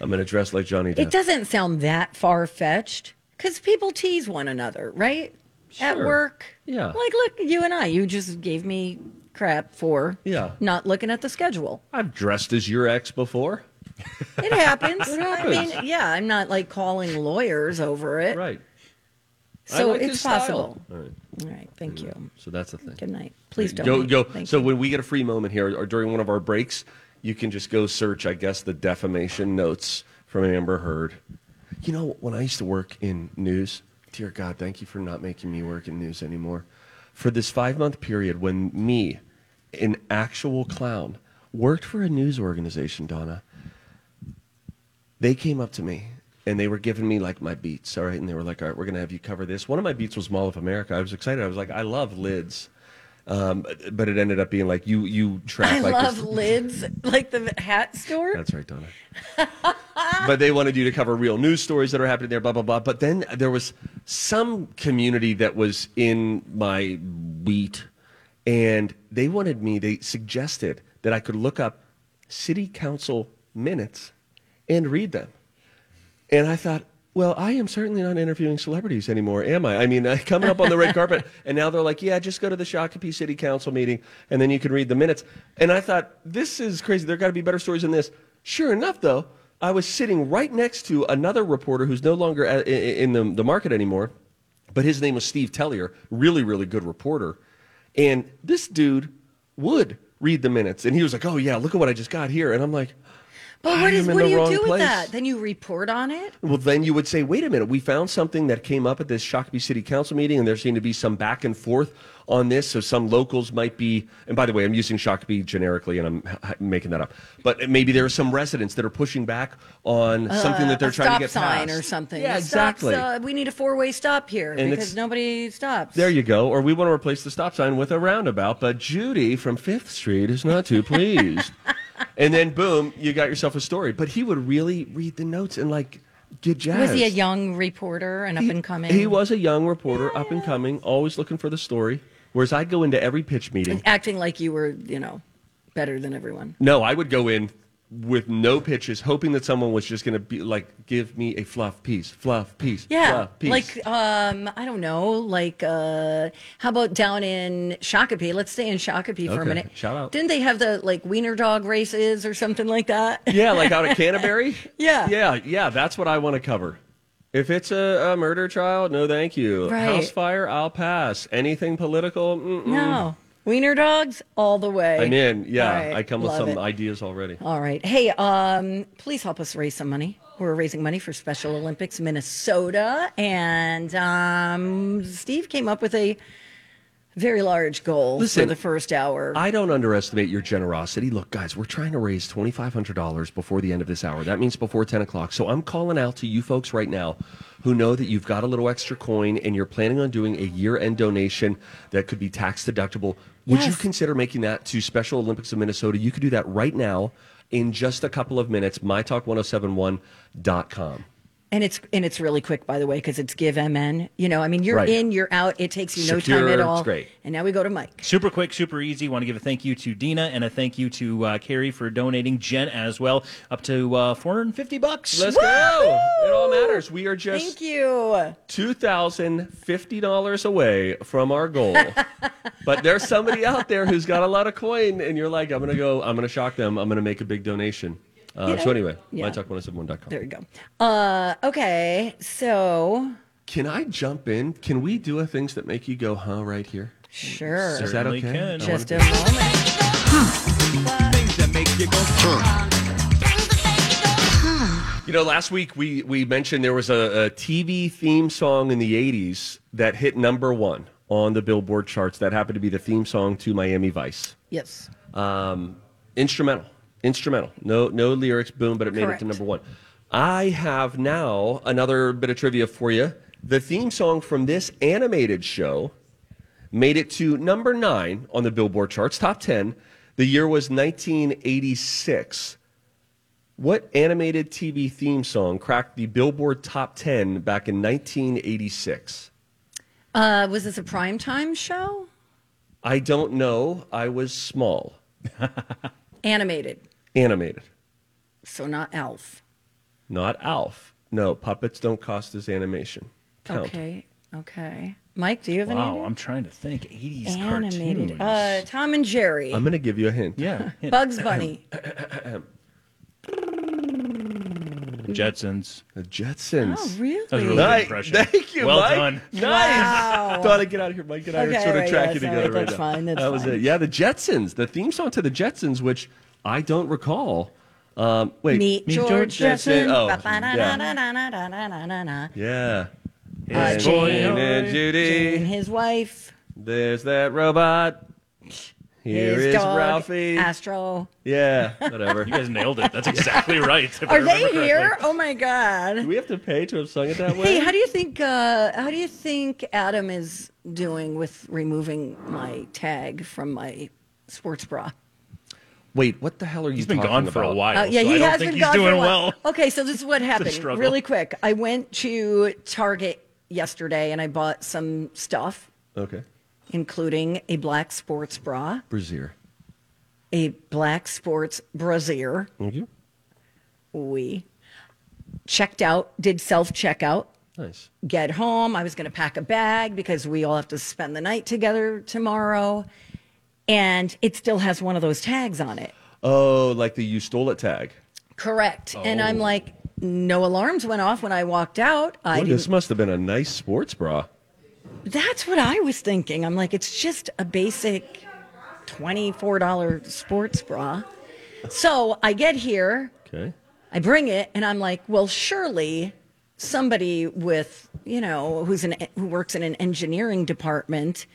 Speaker 2: I'm going to dress like Johnny Depp."
Speaker 1: It doesn't sound that far fetched because people tease one another, right? At
Speaker 2: Sure.
Speaker 1: work.
Speaker 2: Yeah.
Speaker 1: Like, look, you and I, you just gave me crap for
Speaker 2: Yeah.
Speaker 1: not looking at the schedule.
Speaker 2: I've dressed as your ex before.
Speaker 1: It happens. I
Speaker 2: happens.
Speaker 1: mean, yeah, I'm not like calling lawyers over it.
Speaker 2: Right. I
Speaker 1: So
Speaker 2: like his
Speaker 1: it's
Speaker 2: style.
Speaker 1: possible.
Speaker 2: All right.
Speaker 1: All right. Thank you.
Speaker 2: So that's the thing.
Speaker 1: Good night. Please don't.
Speaker 2: Go
Speaker 1: hate.
Speaker 2: go.
Speaker 1: Thank
Speaker 2: so
Speaker 1: you.
Speaker 2: when we get a free moment here or during one of our breaks, you can just go search, I guess, the defamation notes from Amber Heard. You know, when I used to work in news, dear God, thank you for not making me work in news anymore. For this five month period when me, an actual clown, worked for a news organization, Donna, they came up to me and they were giving me like my beats, all right? And they were like, all right, we're going to have you cover this. One of my beats was Mall of America. I was excited. I was like, I love lids. Um, but it ended up being like, you, you track
Speaker 1: I
Speaker 2: like
Speaker 1: love
Speaker 2: this.
Speaker 1: lids, like the hat store.
Speaker 2: That's right, Donna. but they wanted you to cover real news stories that are happening there, blah, blah, blah. But then there was some community that was in my wheat, and they wanted me, they suggested that I could look up city council minutes and read them. And I thought, well, I am certainly not interviewing celebrities anymore, am I? I mean, I coming up on the red carpet, and now they're like, yeah, just go to the Shakopee City Council meeting, and then you can read the minutes. And I thought, this is crazy. There got to be better stories than this. Sure enough, though, I was sitting right next to another reporter who's no longer a- i- i- in the, the market anymore, but his name was Steve Tellier, really, really good reporter. And this dude would read the minutes, and he was like, oh, yeah, look at what I just got here. And I'm like,
Speaker 1: But what
Speaker 2: I
Speaker 1: is
Speaker 2: am in
Speaker 1: what
Speaker 2: the
Speaker 1: do you
Speaker 2: wrong
Speaker 1: do with
Speaker 2: place.
Speaker 1: that? Then you report on it.
Speaker 2: Well, then you would say, wait a minute, we found something that came up at this Shakopee City Council meeting, and there seemed to be some back and forth on this. So some locals might be, and by the way, I'm using Shakopee generically, and I'm h- h- making that up. But maybe there are some residents that are pushing back on something that they're
Speaker 1: Uh, a
Speaker 2: trying
Speaker 1: stop
Speaker 2: to get
Speaker 1: sign
Speaker 2: passed.
Speaker 1: or something.
Speaker 2: Yeah,
Speaker 1: The stop's,
Speaker 2: exactly.
Speaker 1: uh, we need a four-way stop here
Speaker 2: it's-
Speaker 1: because nobody stops.
Speaker 2: there you go. Or we want to replace the stop sign with a roundabout, but Judy from Fifth Street is not too pleased. and then boom, you got yourself a story. But he would really read the notes and like get jazzed.
Speaker 1: was he a young reporter and up and coming?
Speaker 2: He was a young reporter, up and coming, always looking for the story. Whereas I'd go into every pitch meeting.
Speaker 1: acting like you were, you know, better than everyone.
Speaker 2: No, I would go in with no pitches, hoping that someone was just going to be like, give me a fluff piece, fluff piece,
Speaker 1: Yeah,
Speaker 2: fluff piece.
Speaker 1: like um, I don't know, like uh, how about down in Shakopee? Let's stay in Shakopee for
Speaker 2: Okay,
Speaker 1: a minute.
Speaker 2: shout out.
Speaker 1: Didn't they have the like wiener dog races or something like that?
Speaker 2: yeah, like out at Canterbury.
Speaker 1: Yeah.
Speaker 2: yeah, yeah. That's what I want to cover. If it's a, a murder trial, no, thank you.
Speaker 1: Right.
Speaker 2: House fire, I'll pass. Anything political, mm-mm.
Speaker 1: No, wiener dogs all the way.
Speaker 2: I'm in. Yeah,
Speaker 1: All right,
Speaker 2: I come with
Speaker 1: love
Speaker 2: some
Speaker 1: it.
Speaker 2: ideas already.
Speaker 1: All right. Hey, um, please help us raise some money. We're raising money for Special Olympics Minnesota, and um, Steve came up with a very large goal
Speaker 2: Listen,
Speaker 1: for the first hour.
Speaker 2: I don't underestimate your generosity. Look, guys, we're trying to raise twenty five hundred dollars before the end of this hour. That means before ten o'clock. So I'm calling out to you folks right now, who know that you've got a little extra coin and you're planning on doing a year end donation that could be tax deductible. Would you
Speaker 1: Yes.
Speaker 2: consider making that to Special Olympics of Minnesota? You could do that right now in just a couple of minutes. MyTalk1071.com.
Speaker 1: and it's and it's really quick, by the way, because it's Give MN. You know, I mean, you're
Speaker 2: Right.
Speaker 1: in, you're out. It takes you no
Speaker 2: Secure,
Speaker 1: time at
Speaker 2: it's
Speaker 1: all.
Speaker 2: great.
Speaker 1: And now we go to Mike.
Speaker 3: Super quick, super easy. Want to give a thank you to Dina and a thank you to uh, Carrie for donating. Jen as well, up to uh, 450 bucks.
Speaker 2: Let's go! It all matters. We are just
Speaker 1: Thank you.
Speaker 2: $2,050 away from our goal. but there's somebody out there who's got a lot of coin, and you're like, I'm going to go, I'm going to shock them, I'm going to make a big donation. Uh,
Speaker 1: Yeah.
Speaker 2: So, anyway,
Speaker 1: Yeah.
Speaker 2: mytalk1071.com.
Speaker 1: There you go. Uh, okay, so
Speaker 2: Can I jump in? Can we do a things that make you go, huh, right here?
Speaker 1: sure,
Speaker 2: Is that
Speaker 3: Certainly
Speaker 2: okay?
Speaker 3: can.
Speaker 2: I wanna
Speaker 1: just
Speaker 2: be-
Speaker 1: a moment.
Speaker 5: Things that make you go, huh? Things that make you go,
Speaker 2: You know, last week we, we mentioned there was a, a TV theme song in the 80s that hit number one on the Billboard charts. That happened to be the theme song to Miami Vice.
Speaker 1: Yes.
Speaker 2: um, instrumental, instrumental. No, no lyrics. Boom, but it made
Speaker 1: Correct.
Speaker 2: it to number one. I have now another bit of trivia for you. The theme song from this animated show made it to number nine on the Billboard charts, top ten. The year was 1986. What animated TV theme song cracked the Billboard top ten back in 1986?
Speaker 1: Uh, was this a primetime show?
Speaker 2: I don't know. I was small.
Speaker 1: Animated,
Speaker 2: Animated.
Speaker 1: so not Alf.
Speaker 2: not Alf. No, puppets don't cost as animation. Count.
Speaker 1: Okay. Okay. Mike, do you have
Speaker 3: Wow,
Speaker 1: any?
Speaker 3: I'm trying to think. 80s
Speaker 1: Animated. Uh,
Speaker 3: cartoons.
Speaker 1: Tom and Jerry.
Speaker 2: I'm going to give you a hint.
Speaker 3: yeah.
Speaker 1: Bugs Bunny.
Speaker 3: The Jetsons.
Speaker 2: The Jetsons.
Speaker 1: Oh, really?
Speaker 3: That was a really
Speaker 2: Nice.
Speaker 3: good impression.
Speaker 2: Thank you,
Speaker 3: Well
Speaker 2: Mike.
Speaker 3: done.
Speaker 2: Nice.
Speaker 1: Wow.
Speaker 2: Thought I'd get out of here, Mike. Get out of here.
Speaker 1: Okay,
Speaker 2: Sort of
Speaker 1: right,
Speaker 2: track
Speaker 1: yeah,
Speaker 2: you
Speaker 1: sorry,
Speaker 2: together right
Speaker 1: that's
Speaker 2: now.
Speaker 1: fine, that's
Speaker 2: that was
Speaker 1: fine.
Speaker 2: it. Yeah, the Jetsons. The theme song to the Jetsons, which I don't recall. Um, wait.
Speaker 1: Meet
Speaker 3: Meet
Speaker 1: George,
Speaker 3: George
Speaker 1: Jetson.
Speaker 2: Jetson. Oh,
Speaker 1: Ba-ba-na-na-na-na-na-na-na-na-na.
Speaker 2: Yeah.
Speaker 3: His
Speaker 1: Jane
Speaker 3: boy,
Speaker 2: Jane and
Speaker 3: Judy.
Speaker 1: Jane and
Speaker 2: Judy.
Speaker 1: his wife.
Speaker 2: There's that robot. Here
Speaker 1: his
Speaker 2: is
Speaker 1: dog,
Speaker 2: Ralphie.
Speaker 1: Astro.
Speaker 2: yeah. Whatever.
Speaker 3: You guys nailed it. That's exactly right. if I
Speaker 1: Are they
Speaker 3: remember
Speaker 1: here?
Speaker 3: correctly.
Speaker 1: Oh my god.
Speaker 2: Do we have to pay to have sung it that way?
Speaker 1: Hey, how do you think uh, how do you think Adam is doing with removing my tag from my sports bra?
Speaker 2: Wait, what the hell are you?
Speaker 3: He's been
Speaker 2: talking
Speaker 3: gone for a
Speaker 2: about?
Speaker 3: while.
Speaker 1: Uh, yeah,
Speaker 3: so
Speaker 1: he
Speaker 3: I don't
Speaker 1: has
Speaker 3: think
Speaker 1: been
Speaker 3: he's
Speaker 1: gone
Speaker 3: doing
Speaker 1: for a while.
Speaker 3: well.
Speaker 1: Okay, so this is what happened.
Speaker 3: struggle.
Speaker 1: Really quick, I went to Target yesterday and I bought some stuff,
Speaker 2: Okay,
Speaker 1: including a black sports bra,
Speaker 2: Brazier.
Speaker 1: a black sports brassiere.
Speaker 2: Thank you.
Speaker 1: We checked out, did self checkout.
Speaker 2: Nice.
Speaker 1: get home. I was going to pack a bag because we all have to spend the night together tomorrow. And it still has one of those tags on it.
Speaker 2: Oh, like the you stole it tag.
Speaker 1: Correct. And I'm
Speaker 3: Oh.
Speaker 1: like, no alarms went off when I walked out. I
Speaker 2: Boy, this
Speaker 1: didn't,
Speaker 2: must have been a nice sports bra.
Speaker 1: that's what I was thinking. I'm like, it's just a basic $24 sports bra. So I get here,
Speaker 2: Okay.
Speaker 1: I bring it, and I'm like, well, surely somebody with, you know, who's an who works in an engineering department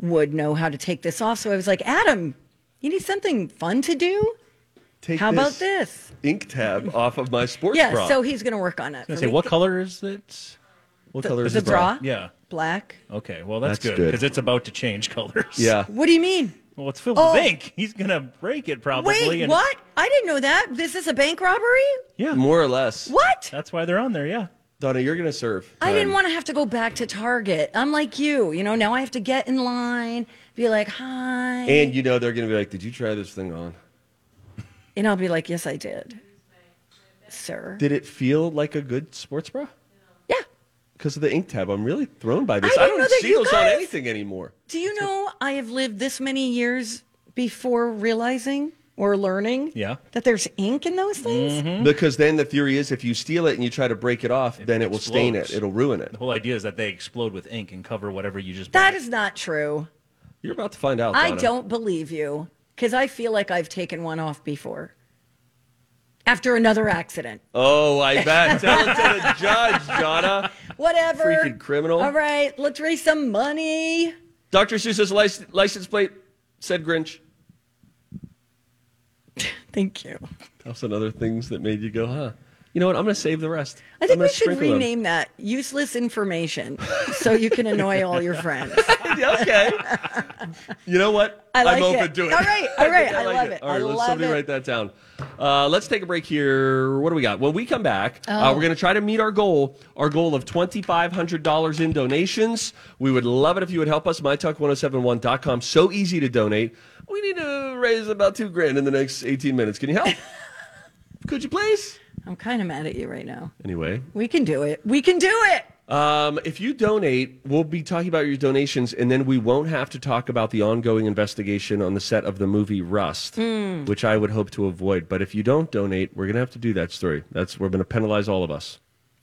Speaker 1: would know how to take this off. So I was like, Adam, you need something fun to do.
Speaker 2: Take
Speaker 1: How about this?
Speaker 2: ink tab off of my sports
Speaker 1: Yeah,
Speaker 2: bra?
Speaker 1: so he's gonna work on it.
Speaker 3: I
Speaker 1: for
Speaker 3: say,
Speaker 1: me.
Speaker 3: what color is it?
Speaker 2: what color is
Speaker 1: the
Speaker 2: the
Speaker 1: bra?
Speaker 2: bra?
Speaker 3: Yeah.
Speaker 1: Black.
Speaker 3: Okay. Well, that's,
Speaker 2: That's
Speaker 3: good
Speaker 2: good.
Speaker 3: because it's about to change colors.
Speaker 2: Yeah.
Speaker 1: What do you mean?
Speaker 3: Well, it's filled
Speaker 1: Oh.
Speaker 3: with ink. He's gonna break it probably.
Speaker 1: Wait,
Speaker 3: and-
Speaker 1: what? I didn't know that. This is a bank robbery.
Speaker 3: Yeah.
Speaker 2: More or less.
Speaker 1: What?
Speaker 3: That's why they're on there. Yeah.
Speaker 2: Donna, you're gonna serve.
Speaker 1: I didn't
Speaker 2: Um,
Speaker 1: want to have to go back to Target. I'm like you, you know. Now I have to get in line, be like, hi,
Speaker 2: And you know they're gonna be like, "Did you try this thing on?
Speaker 1: And I'll be like, yes, I did, sir.
Speaker 2: Did it feel like a good sports bra?"
Speaker 1: yeah.
Speaker 2: Because of the ink tab, I'm really thrown by this.
Speaker 1: I
Speaker 2: I,
Speaker 1: didn't
Speaker 2: don't
Speaker 1: know that
Speaker 2: see
Speaker 1: you
Speaker 2: those on
Speaker 1: guys-
Speaker 2: anything anymore.
Speaker 1: Do you know I have lived this many years before realizing or learning
Speaker 3: Yeah.
Speaker 1: that there's ink in those things?
Speaker 2: Because then the theory is, if you steal it and you try to break it off, then it will stain it.
Speaker 3: explodes.
Speaker 2: It'll ruin it.
Speaker 3: The whole idea is that they explode with ink and cover whatever you just.
Speaker 1: That
Speaker 3: bought.
Speaker 1: is not true.
Speaker 2: You're about to find out.
Speaker 1: I
Speaker 2: Donna.
Speaker 1: don't believe you because I feel like I've taken one off before after another accident.
Speaker 2: Oh, I bet. Tell it to the judge, Donna.
Speaker 1: Whatever.
Speaker 2: Freaking criminal.
Speaker 1: All right, let's raise some money.
Speaker 2: Dr. Seuss's lic- license plate said Grinch.
Speaker 1: Thank you.
Speaker 2: That's another things that made you go, huh? You know what? I'm going to save the rest.
Speaker 1: I think
Speaker 2: I'm
Speaker 1: we
Speaker 2: gonna
Speaker 1: should
Speaker 2: sprinkle them.
Speaker 1: rename that useless information so you can annoy all your friends.
Speaker 2: Yeah, okay. You know what?
Speaker 1: I like
Speaker 2: I'm open
Speaker 1: it.
Speaker 2: to it.
Speaker 1: All right, all right,
Speaker 2: think
Speaker 1: I love it.
Speaker 2: All right,
Speaker 1: I
Speaker 2: let's
Speaker 1: love
Speaker 2: somebody
Speaker 1: it.
Speaker 2: write that down. Uh, let's take a break here. What do we got? When we come back, uh,
Speaker 1: Oh.
Speaker 2: we're going to try to meet our goal, our goal of $2,500 in donations. We would love it if you would help us. MyTuck1071.com. So easy to donate. We need to raise about two grand in the next 18 minutes. Can you help? Could you please?
Speaker 1: I'm kind of mad at you right now.
Speaker 2: Anyway,
Speaker 1: We can do it. We can do it.
Speaker 2: Um, if you donate, we'll be talking about your donations, and then we won't have to talk about the ongoing investigation on the set of the movie Rust,
Speaker 1: Hmm.
Speaker 2: which I would hope to avoid. But if you don't donate, we're going to have to do that story. That's we're going to penalize all of us.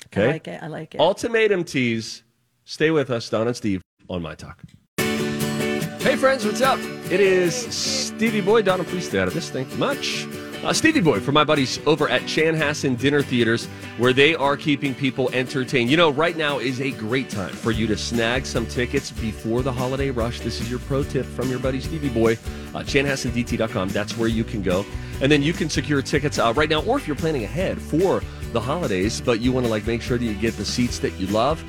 Speaker 2: Okay.
Speaker 1: I like it. I like it.
Speaker 2: Ultimatum tease. Stay with us, Don and Steve, on my talk. Hey friends, what's up? It is Stevie Boy. Donna, please stay out of this. Thank you much. Uh, Stevie Boy for my buddies over at Chanhassen Dinner Theaters, where they are keeping people entertained. You know, right now is a great time for you to snag some tickets before the holiday rush. This is your pro tip from your buddy Stevie Boy, uh, chanhassendt.com. That's where you can go. And then you can secure tickets uh, right now, or if you're planning ahead for the holidays, but you want to like make sure that you get the seats that you love.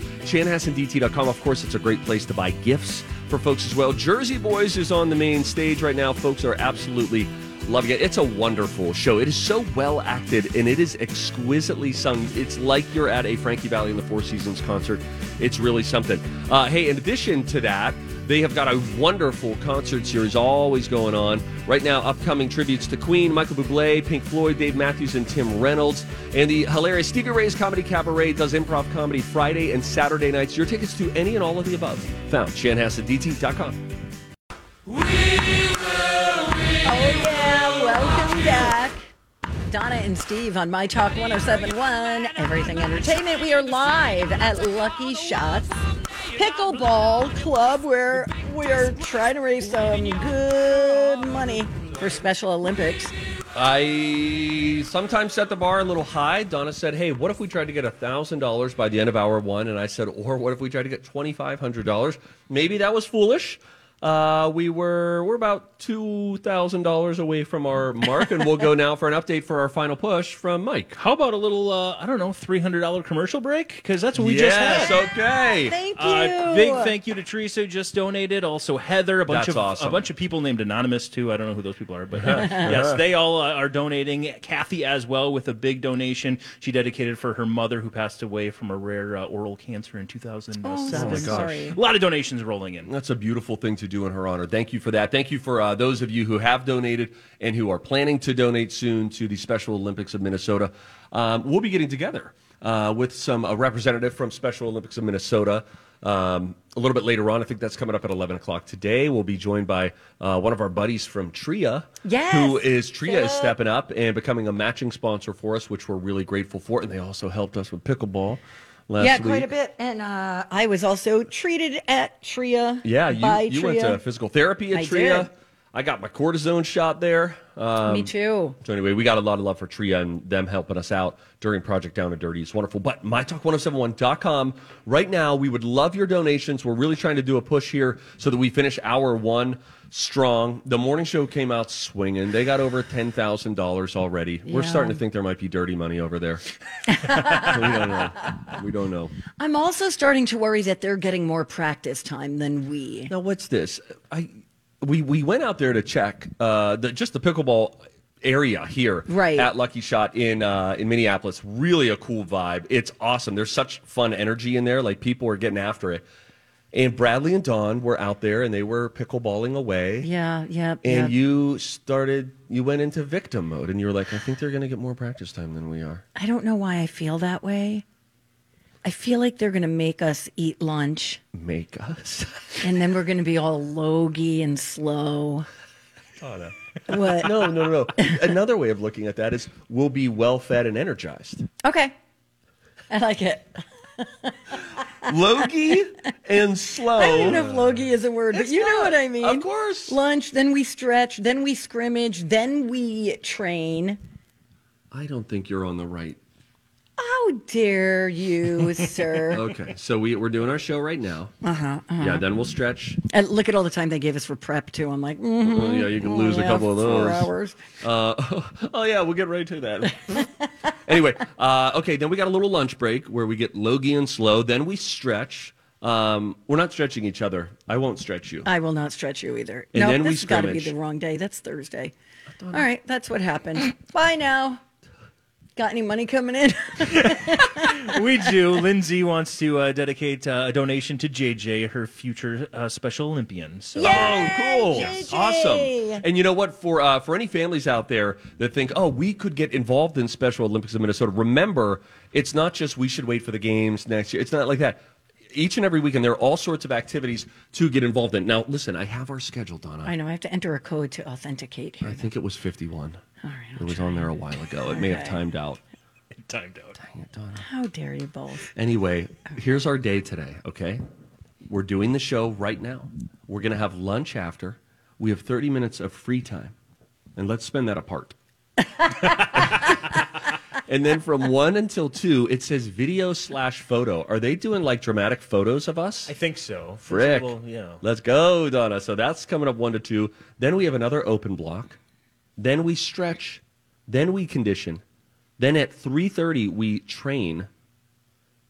Speaker 2: ChanhassenDT.com, of course, it's a great place to buy gifts for folks as well. Jersey Boys is on the main stage right now. Folks are absolutely loving it. It's a wonderful show. It is so well acted and it is exquisitely sung. It's like you're at a Frankie Valley and the Four Seasons concert. It's really something. Uh, hey, in addition to that, they have got a wonderful concert series always going on. Right now, upcoming tributes to Queen, Michael Bublé, Pink Floyd, Dave Matthews, and Tim Reynolds. And the hilarious Stevie Ray's Comedy Cabaret does improv comedy Friday and Saturday nights. Your tickets to any and all of the above found shanhassaddt.com.
Speaker 1: Oh, yeah. Welcome back. Donna and Steve on My Talk 1071, Everything Entertainment. We are live at Lucky Shots Pickleball Club where we are trying to raise some good money for Special Olympics.
Speaker 2: I sometimes set the bar a little high. Donna said, "Hey, what if we tried to get thousand dollars by the end of hour one?" And I said, "Or what if we tried to get twenty five hundred dollars?" Maybe that was foolish. Uh, we were we're about two thousand dollars away from our mark, and we'll go now for an update for our final push from Mike.
Speaker 3: How about a little, uh, I don't know, $300 commercial break? Because that's what we just had.
Speaker 2: yes, okay.
Speaker 1: Thank you.
Speaker 3: Uh, big thank you to Teresa who just donated. Also Heather, a bunch
Speaker 2: That's
Speaker 3: of a
Speaker 2: awesome.
Speaker 3: bunch of people named Anonymous too. I don't know who those people are, but uh, yes, they all uh, are donating. Kathy as well with a big donation she dedicated for her mother who passed away from a rare uh, oral cancer in 2007.
Speaker 1: Oh, my sorry. gosh.
Speaker 3: A lot of donations rolling in.
Speaker 2: That's a beautiful thing to do in her honor. Thank you for that. Thank you for uh, those of you who have donated and who are planning to donate soon to the Special Olympics of Minnesota. Um, we'll be getting together uh, with some a representative from Special Olympics of Minnesota um, a little bit later on. I think that's coming up at 11 o'clock today. We'll be joined by uh, one of our buddies from TRIA,
Speaker 1: Yes.
Speaker 2: who is TRIA is stepping up and becoming a matching sponsor for us, which we're really grateful for. And they also helped us with pickleball last
Speaker 1: yeah,
Speaker 2: week.
Speaker 1: quite a bit. And uh, I was also treated at TRIA.
Speaker 2: Yeah, you,
Speaker 1: by
Speaker 2: you
Speaker 1: TRIA.
Speaker 2: went to physical therapy at
Speaker 1: I
Speaker 2: TRIA.
Speaker 1: did.
Speaker 2: I got my cortisone shot there. Um,
Speaker 1: Me too.
Speaker 2: so anyway, we got a lot of love for TRIA and them helping us out during Project Down and Dirty. It's wonderful. But mytalk1071.com right now, we would love your donations. We're really trying to do a push here so that we finish hour one strong. The morning show came out swinging. They got over $10,000 already. We're
Speaker 1: Yeah.
Speaker 2: starting to think there might be dirty money over there. we don't know. We don't know.
Speaker 1: I'm also starting to worry that they're getting more practice time than we.
Speaker 2: Now what's this? I we we went out there to check uh, the, just the pickleball area here
Speaker 1: Right.
Speaker 2: at Lucky Shot in uh, in Minneapolis. Really a cool vibe. It's awesome. There's such fun energy in there. Like people are getting after it. And Bradley and Don were out there and they were pickleballing away.
Speaker 1: Yeah, yeah, yeah.
Speaker 2: And you started. You went into victim mode and you were like, I think they're going to get more practice time than we are.
Speaker 1: I don't know why I feel that way. I feel like they're going to make us eat lunch
Speaker 2: Make us.
Speaker 1: and then we're going to be all logy and slow. Oh, no. What?
Speaker 2: no, no, no, no. Another way of looking at that is we'll be well fed and energized.
Speaker 1: Okay. I like it.
Speaker 2: Logie and slow.
Speaker 1: I don't know if logy is a word, but you know what I mean.
Speaker 2: Of course.
Speaker 1: Lunch, then we stretch, then we scrimmage, then we train.
Speaker 2: I don't think you're on the right.
Speaker 1: How dare you, sir?
Speaker 2: Okay, so we, we're doing our show right now. Uh-huh, Yeah, then we'll stretch.
Speaker 1: And look at all the time they gave us for prep, too. I'm like, mm,
Speaker 2: Oh, yeah, you can lose a
Speaker 1: yeah,
Speaker 2: couple of
Speaker 1: four
Speaker 2: those.
Speaker 1: hours.
Speaker 2: Oh, yeah, we'll get right to that. anyway, uh, okay, then we got a little lunch break where we get Logie and slow. Then we stretch. Um, we're not stretching each other. I won't stretch you.
Speaker 1: I will not stretch you either.
Speaker 2: And
Speaker 1: no,
Speaker 2: then we
Speaker 1: this has got to be the
Speaker 2: scrimmage.
Speaker 1: wrong day. That's Thursday. All right, that's what happened. Bye now. Got any money coming in?
Speaker 3: we do. Lindsay wants to uh, dedicate uh, a donation to JJ, her future uh, Special Olympian. So
Speaker 2: Oh, cool! Awesome. And you know what? For uh, for any families out there that think, oh, we could get involved in Special Olympics of Minnesota. Remember, it's not just we should wait for the games next year. It's not like that. Each and every weekend, there are all sorts of activities to get involved in. Now, listen, I have our schedule, Donna.
Speaker 1: I know. I have to enter a code to authenticate here.
Speaker 2: I think it was fifty-one.
Speaker 1: All right,
Speaker 2: it
Speaker 1: I'll
Speaker 2: was on there a while ago. It may have
Speaker 1: Okay.
Speaker 2: timed out.
Speaker 3: timed out.
Speaker 2: Dang it, Donna.
Speaker 1: How dare you both?
Speaker 2: Anyway, here's our day today, okay? We're doing the show right now. We're going to have lunch after. We have 30 minutes of free time. And let's spend that apart. and then from 1 until 2, it says video slash photo. Are they doing like dramatic photos of us?
Speaker 3: I think so.
Speaker 2: Frick.
Speaker 3: Well, yeah.
Speaker 2: Let's go, Donna. So that's coming up 1 to 2. Then we have another open block. Then we stretch. Then we condition. Then at 3:30 we train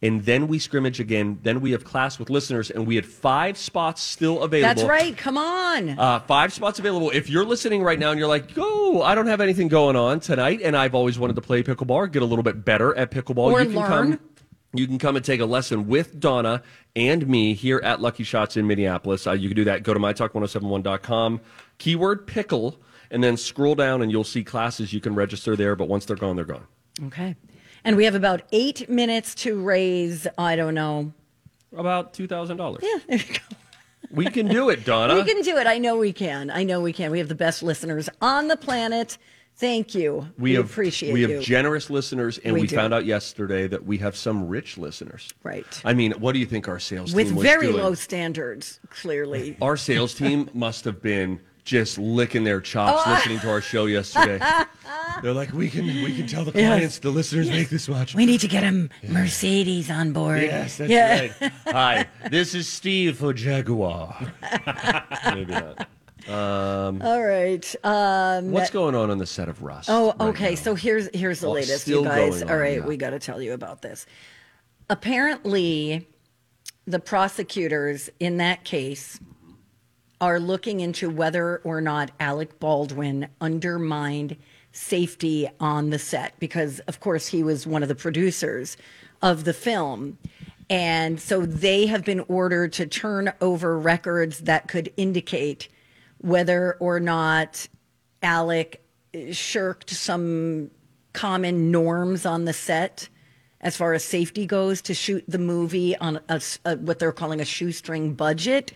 Speaker 2: and then we scrimmage again. Then we have class with listeners, and we had five spots still available.
Speaker 1: That's right. Come on.
Speaker 2: Uh, five spots available. If you're listening right now and you're like, "Go, I don't have anything going on tonight, and I've always wanted to play pickleball, or get a little bit better at pickleball,
Speaker 1: Or
Speaker 2: you can
Speaker 1: learn.
Speaker 2: come." You can come and take a lesson with Donna and me here at Lucky Shots in Minneapolis. Uh, you can do that. Go to mytalk1071.com, keyword pickle, and then scroll down, and you'll see classes you can register there. But once they're gone, they're gone.
Speaker 1: okay. And we have about eight minutes to raise, I don't know.
Speaker 2: About two thousand dollars. Yeah, we can do it, Donna.
Speaker 1: We can do it. I know we can. I know we can. We have the best listeners on the planet. Thank you. We,
Speaker 2: have
Speaker 1: appreciate
Speaker 2: we have
Speaker 1: you.
Speaker 2: generous listeners, and we,
Speaker 1: We do.
Speaker 2: found out yesterday that we have some rich listeners.
Speaker 1: Right.
Speaker 2: I mean, what do you think our sales
Speaker 1: With
Speaker 2: team was
Speaker 1: very
Speaker 2: doing?
Speaker 1: low standards, clearly.
Speaker 2: Our sales team must have been just licking their chops
Speaker 1: Oh.
Speaker 2: listening to our show yesterday. They're like, we can we can tell the
Speaker 1: Yes.
Speaker 2: clients the listeners make this watch.
Speaker 1: We need to get him Mercedes on board.
Speaker 2: Yes, that's
Speaker 1: Yeah.
Speaker 2: right. Hi, this is Steve for Jaguar. Maybe not.
Speaker 1: All right. Um,
Speaker 2: What's going on on the set of Rust?
Speaker 1: oh,
Speaker 2: right
Speaker 1: okay.
Speaker 2: now?
Speaker 1: so here's here's the
Speaker 2: Oh,
Speaker 1: latest,
Speaker 2: still
Speaker 1: you guys.
Speaker 2: going
Speaker 1: All
Speaker 2: on,
Speaker 1: right,
Speaker 2: yeah.
Speaker 1: we got to tell you about this. Apparently, the prosecutors in that case are looking into whether or not Alec Baldwin undermined safety on the set because, of course, he was one of the producers of the film. And so they have been ordered to turn over records that could indicate whether or not Alec shirked some common norms on the set as far as safety goes to shoot the movie on a s a what they're calling a shoestring budget.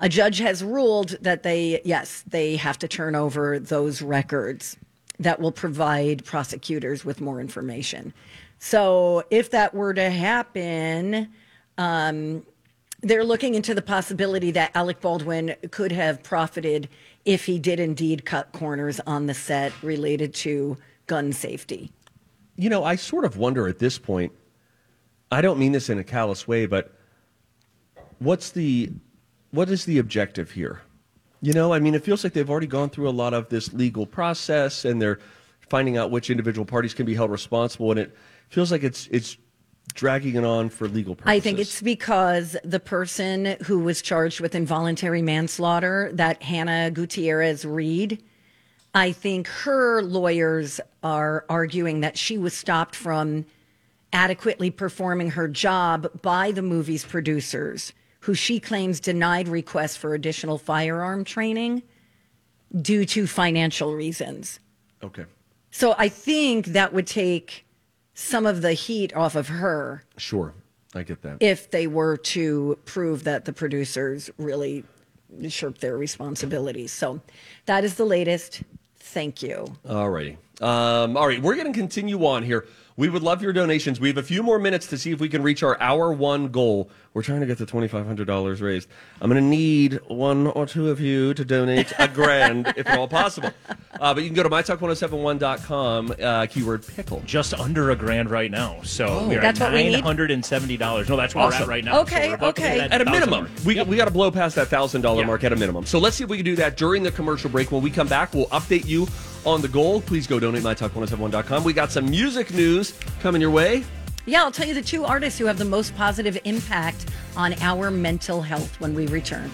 Speaker 1: A judge has ruled that they, yes, they have to turn over those records that will provide prosecutors with more information. So if that were to happen, um, they're looking into the possibility that Alec Baldwin could have profited if he did indeed cut corners on the set related to gun safety.
Speaker 2: you know, I sort of wonder at this point. I don't mean this in a callous way, but what's the what is the objective here? You know, I mean, it feels like they've already gone through a lot of this legal process, and they're finding out which individual parties can be held responsible, and it feels like it's it's dragging it on for legal purposes.
Speaker 1: I think it's because the person who was charged with involuntary manslaughter, that Hannah Gutierrez Reed, I think her lawyers are arguing that she was stopped from adequately performing her job by the movie's producers, who she claims denied requests for additional firearm training due to financial reasons.
Speaker 2: okay.
Speaker 1: So I think that would take some of the heat off of her
Speaker 2: Sure, I get that.
Speaker 1: if they were to prove that the producers really shirked their responsibilities. So that is the latest. Thank you.
Speaker 2: All righty. Um, all right, we're going to continue on here. We would love your donations. We have a few more minutes to see if we can reach our hour one goal. We're trying to get the $2,500 raised. I'm going to need one or two of you to donate a grand, if at all possible. Uh, but you can go to mytalk1071.com, uh, keyword pickle.
Speaker 3: Just under a grand right now. So we're
Speaker 1: Oh. That's
Speaker 3: at
Speaker 1: what we need?
Speaker 3: $970. No, that's where
Speaker 2: Awesome.
Speaker 3: we're at right now.
Speaker 1: Okay,
Speaker 3: so we're about to
Speaker 1: okay.
Speaker 3: hit that
Speaker 2: At a
Speaker 3: thousand
Speaker 2: minimum,
Speaker 3: mark.
Speaker 2: we, we got to blow past that thousand dollar
Speaker 3: Yeah.
Speaker 2: mark at a minimum. So let's see if we can do that during the commercial break. When we come back, we'll update you on the goal. Please go donate mytalk1071.com. We got some music news coming your way.
Speaker 1: Yeah, I'll tell you the two artists who have the most positive impact on our mental health when we return.